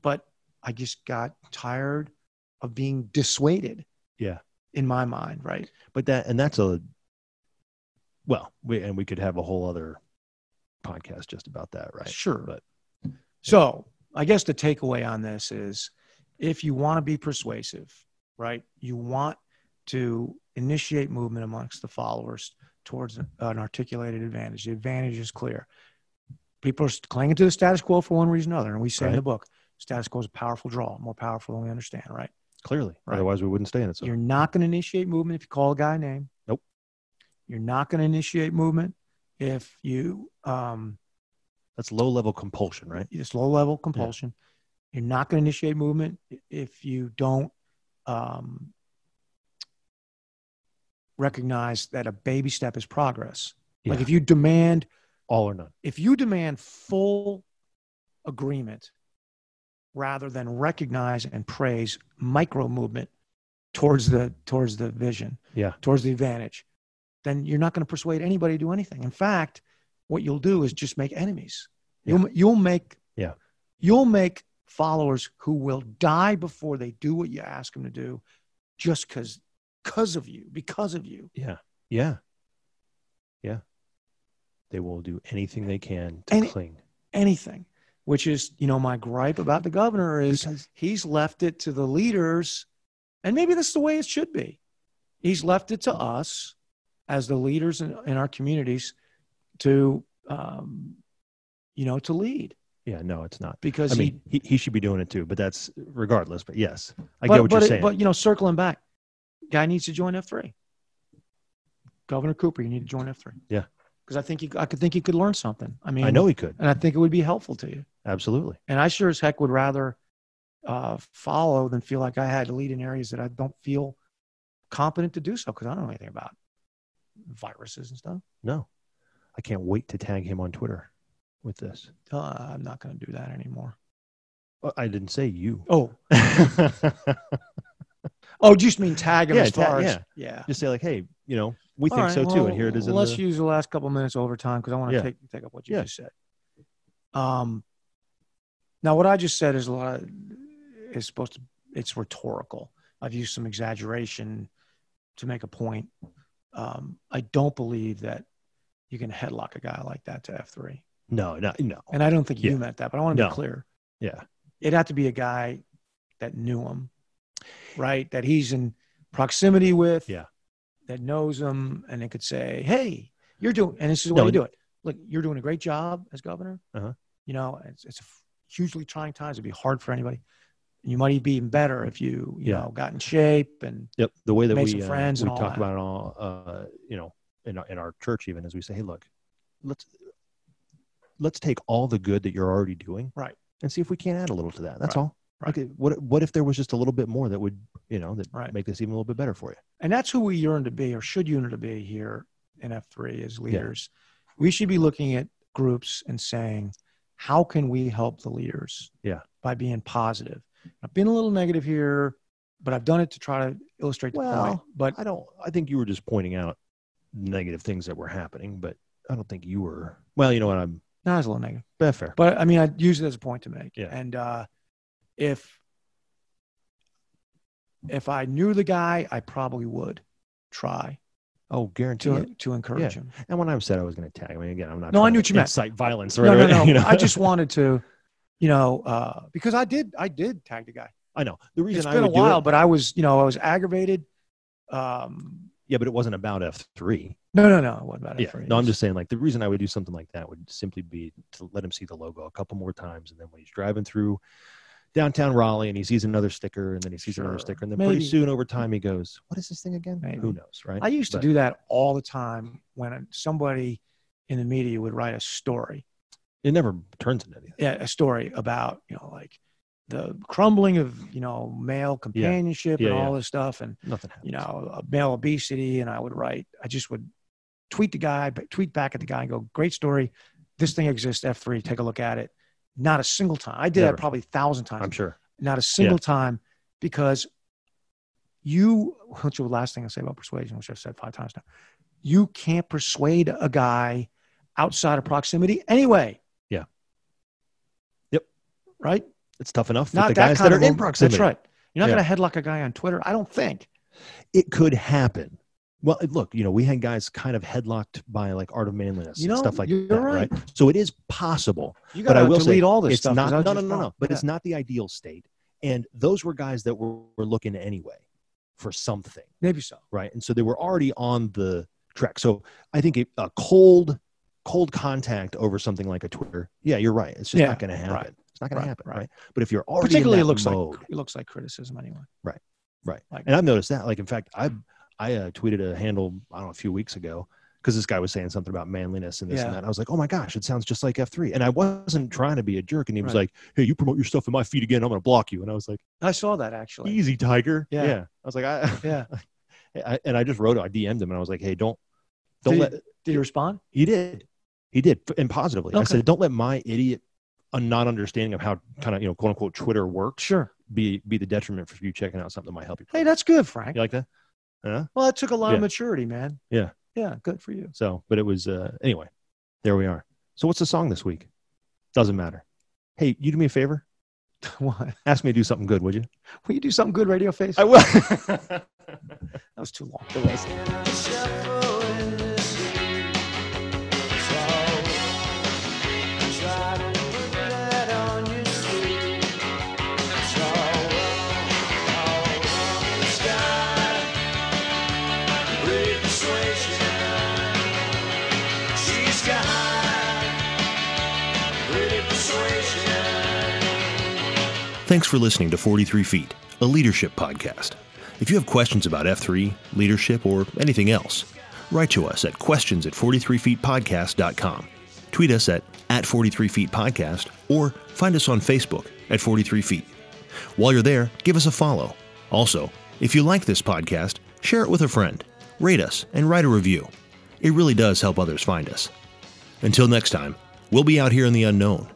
Speaker 2: But I just got tired of being dissuaded.
Speaker 1: Yeah.
Speaker 2: In my mind, right?
Speaker 1: But that, and that's a, well, we, and we could have a whole other podcast just about that. Right.
Speaker 2: Sure.
Speaker 1: But-
Speaker 2: so I guess the takeaway on this is if you want to be persuasive, right, you want to initiate movement amongst the followers towards an articulated advantage. The advantage is clear. People are clinging to the status quo for one reason or another. And we say in
Speaker 1: Right.
Speaker 2: the book, status quo is a powerful draw, more powerful than we understand, right?
Speaker 1: Clearly.
Speaker 2: Right.
Speaker 1: Otherwise we wouldn't stay in it. So
Speaker 2: You're not going to initiate movement if you call a guy a name.
Speaker 1: Nope.
Speaker 2: You're not going to initiate movement if you um,
Speaker 1: that's low level compulsion, right?
Speaker 2: It's low level compulsion. You're not going to initiate movement i- if you don't um, recognize that a baby step is progress. Like
Speaker 1: Yeah.
Speaker 2: if you demand,
Speaker 1: All or none.
Speaker 2: if you demand full agreement rather than recognize and praise micro movement towards the towards the vision,
Speaker 1: Yeah.
Speaker 2: towards the advantage, then you're not going to persuade anybody to do anything. In fact, what you'll do is just make enemies. You'll you'll make
Speaker 1: Yeah.
Speaker 2: you'll make followers who will die before they do what you ask them to do, just because because of you, because of you.
Speaker 1: Yeah. Yeah. They will do anything they can to
Speaker 2: Any-
Speaker 1: cling.
Speaker 2: Anything, which is you know my gripe about the governor is
Speaker 1: Because-
Speaker 2: he's left it to the leaders And maybe that's the way it should be. He's left it to us as the leaders in, in our communities to, um, you know, to lead
Speaker 1: Yeah, no, it's not.
Speaker 2: because
Speaker 1: I
Speaker 2: he,
Speaker 1: mean, he, he should be doing it too, but that's regardless. But yes, I
Speaker 2: but,
Speaker 1: get what
Speaker 2: but,
Speaker 1: you're
Speaker 2: it-
Speaker 1: saying.
Speaker 2: But, you know, circling back, guy needs to join F3. Governor Cooper, you need to join F3.
Speaker 1: Yeah.
Speaker 2: Because I think you, I could think you could learn something. I mean,
Speaker 1: I know he could.
Speaker 2: and I think it would be helpful to you.
Speaker 1: Absolutely.
Speaker 2: And I sure as heck would rather uh, follow than feel like I had to lead in areas that I don't feel competent to do so because I don't know anything about viruses and stuff.
Speaker 1: No, I can't wait to tag him on Twitter with this.
Speaker 2: Uh, I'm not going to do that anymore.
Speaker 1: Oh, I didn't say you.
Speaker 2: Oh,
Speaker 1: [LAUGHS]
Speaker 2: oh, you just mean tag him
Speaker 1: Yeah,
Speaker 2: as
Speaker 1: tag-
Speaker 2: far as
Speaker 1: yeah.
Speaker 2: yeah.
Speaker 1: Just say like, hey, you know, we
Speaker 2: All
Speaker 1: think
Speaker 2: right,
Speaker 1: so too, and
Speaker 2: well,
Speaker 1: here it is. In
Speaker 2: Let's
Speaker 1: the,
Speaker 2: use the last couple minutes over time because I want to
Speaker 1: Yeah.
Speaker 2: take take up what you
Speaker 1: Yeah.
Speaker 2: just said. Um, now what I just said is a lot of, is supposed to it's rhetorical. I've used some exaggeration to make a point. Um, I don't believe that you can headlock a guy like that to F three,
Speaker 1: no, no, no.
Speaker 2: and I don't think
Speaker 1: Yeah.
Speaker 2: you meant that, but I want to
Speaker 1: No.
Speaker 2: be clear.
Speaker 1: Yeah.
Speaker 2: It'd have to be a guy that knew him, right? That he's in proximity with,
Speaker 1: Yeah.
Speaker 2: that knows him, and they could say, "Hey, you're doing," and this is the
Speaker 1: No,
Speaker 2: way you
Speaker 1: and-
Speaker 2: do it. Look, you're doing a great job as governor.
Speaker 1: Uh-huh.
Speaker 2: You know, it's, it's hugely trying times. It'd be hard for anybody. You might be even better if you, you
Speaker 1: Yeah.
Speaker 2: know, got in shape and
Speaker 1: Yep. The way that
Speaker 2: Made
Speaker 1: we
Speaker 2: some
Speaker 1: uh,
Speaker 2: friends
Speaker 1: we
Speaker 2: and all
Speaker 1: talk
Speaker 2: that.
Speaker 1: about it all, uh, you know, in our, in our church even as we say, hey, look, let's let's take all the good that you're already doing,
Speaker 2: Right.
Speaker 1: and see if we can't add a little to that. That's
Speaker 2: Right.
Speaker 1: all.
Speaker 2: Right.
Speaker 1: Okay, what what if there was just a little bit more that would you know that
Speaker 2: Right.
Speaker 1: make this even a little bit better for you?
Speaker 2: and that's who we yearn to be or should yearn to be here in F3 as leaders. We should be looking at groups and saying, how can we help the leaders?
Speaker 1: Yeah.
Speaker 2: By being positive. I've been a little negative here, but I've done it to try to illustrate the point.
Speaker 1: Well,
Speaker 2: But
Speaker 1: I don't. I think you were just pointing out negative things that were happening, but I don't think you were. Well, you know what? I'm
Speaker 2: not as a little negative.
Speaker 1: that's fair.
Speaker 2: But I mean, I use it as a point to make.
Speaker 1: Yeah.
Speaker 2: And uh, if if I knew the guy, I probably would try
Speaker 1: oh, guarantee
Speaker 2: to
Speaker 1: it.
Speaker 2: to encourage him.
Speaker 1: And when I said I was going to tag, I mean, again, I'm not.
Speaker 2: No, I
Speaker 1: trying to
Speaker 2: knew what you meant.
Speaker 1: Incite violence, or
Speaker 2: No, no,
Speaker 1: [LAUGHS] anything,
Speaker 2: no.
Speaker 1: you know?
Speaker 2: I just wanted to, you know, uh, because I did, I did tag the guy.
Speaker 1: I know the reason
Speaker 2: It's
Speaker 1: I
Speaker 2: been a
Speaker 1: would do it-
Speaker 2: while, but I was, you know, I was aggravated. Um,
Speaker 1: yeah, but it wasn't about F three.
Speaker 2: no, no, no. What about it?
Speaker 1: Yeah, no, I'm just saying, like the reason I would do something like that would simply be to let him see the logo a couple more times, and then when he's driving through downtown Raleigh and he sees another sticker, and then he sees another
Speaker 2: Sure.
Speaker 1: sticker, and then
Speaker 2: Maybe.
Speaker 1: pretty soon over time he goes, "What is this thing again?"
Speaker 2: Maybe.
Speaker 1: Who knows, right?
Speaker 2: I used to
Speaker 1: But-
Speaker 2: do that all the time when somebody in the media would write a story
Speaker 1: It never turns into anything.
Speaker 2: yeah, a story about you know like the crumbling of you know male companionship
Speaker 1: Yeah,
Speaker 2: and
Speaker 1: yeah.
Speaker 2: all this stuff and
Speaker 1: Nothing happens.
Speaker 2: you know uh, male obesity and i would write i just would tweet the guy but tweet back at the guy and go great story this thing exists f3 take a look at it not a single time i did
Speaker 1: Never.
Speaker 2: that probably a thousand times
Speaker 1: I'm sure.
Speaker 2: not a single time because you which is the last thing i'll say about persuasion which i've said five times now you can't persuade a guy outside of proximity anyway
Speaker 1: Yeah. Yep.
Speaker 2: right
Speaker 1: It's tough enough
Speaker 2: not
Speaker 1: with the
Speaker 2: that
Speaker 1: guys
Speaker 2: kind
Speaker 1: that are
Speaker 2: of
Speaker 1: in
Speaker 2: a-
Speaker 1: proximity.
Speaker 2: that's right you're not
Speaker 1: Yeah.
Speaker 2: going to headlock a guy on twitter i don't think
Speaker 1: It could happen. Well, it- look, you know, we had guys kind of headlocked by like art of manliness
Speaker 2: You
Speaker 1: and
Speaker 2: know,
Speaker 1: stuff like
Speaker 2: you're
Speaker 1: that,
Speaker 2: right.
Speaker 1: So it is possible.
Speaker 2: you
Speaker 1: But
Speaker 2: got
Speaker 1: I
Speaker 2: to
Speaker 1: will say,
Speaker 2: delete all this
Speaker 1: it's
Speaker 2: stuff 'cause
Speaker 1: not. No,
Speaker 2: that's
Speaker 1: no,
Speaker 2: just
Speaker 1: no,
Speaker 2: wrong.
Speaker 1: no. But
Speaker 2: Yeah.
Speaker 1: it's not the ideal state. And those were guys that were, were looking anyway for something,
Speaker 2: maybe so
Speaker 1: right? And so they were already on the track. So I think a, a cold, cold contact over something like a Twitter. Yeah, you're right. It's just
Speaker 2: Yeah,
Speaker 1: not going to happen. It's not going
Speaker 2: right,
Speaker 1: to happen,
Speaker 2: right.
Speaker 1: right. But if you're already
Speaker 2: particularly
Speaker 1: in
Speaker 2: it
Speaker 1: that
Speaker 2: looks
Speaker 1: mode,
Speaker 2: like it looks like criticism anyway
Speaker 1: and I've noticed that. Like, in fact, I I uh, tweeted a handle I don't know a few weeks ago because this guy was saying something about manliness and this
Speaker 2: Yeah.
Speaker 1: and that. And I was like, oh my gosh, it sounds just like F three. And I wasn't trying to be a jerk. And he was
Speaker 2: Right.
Speaker 1: like, hey, you promote your stuff in my feed again, I'm gonna block you. And I was like,
Speaker 2: i saw that actually
Speaker 1: easy, tiger.
Speaker 2: Yeah.
Speaker 1: I was like, I, [LAUGHS]
Speaker 2: yeah
Speaker 1: I and I just wrote it. I DM'd him and I was like, hey, don't don't
Speaker 2: Did
Speaker 1: let
Speaker 2: did he respond
Speaker 1: he did he did and positively. I
Speaker 2: Okay.
Speaker 1: said, don't let my idiot. A non understanding of how kind of you know quote unquote Twitter works
Speaker 2: sure
Speaker 1: be be the detriment for you checking out something that might help you.
Speaker 2: hey that's good frank
Speaker 1: You like that? Huh?
Speaker 2: Well, that took a lot of
Speaker 1: Yeah.
Speaker 2: maturity, man.
Speaker 1: Yeah.
Speaker 2: Yeah. Good for you. [LAUGHS]
Speaker 1: So, but it was uh, anyway. There we are. So, what's the song this week? Doesn't matter. Hey, you do me a favor.
Speaker 2: Why?
Speaker 1: Ask me to do something good, would you?
Speaker 2: Will you do something good, Radio Face?
Speaker 1: will. [LAUGHS]
Speaker 2: that was too long.
Speaker 4: Try
Speaker 1: Thanks for listening to 43 Feet, a leadership podcast. If you have questions about F3, leadership, or anything else, write to us at questions at 43feetpodcast.com. Tweet us at, at 43feetpodcast or find us on Facebook at 43feet. While you're there, give us a follow. Also, if you like this podcast, share it with a friend, rate us, and write a review. It really does help others find us. Until next time, we'll be out here in the unknown,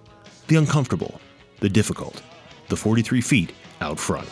Speaker 1: the uncomfortable, the difficult, the 43 feet out front.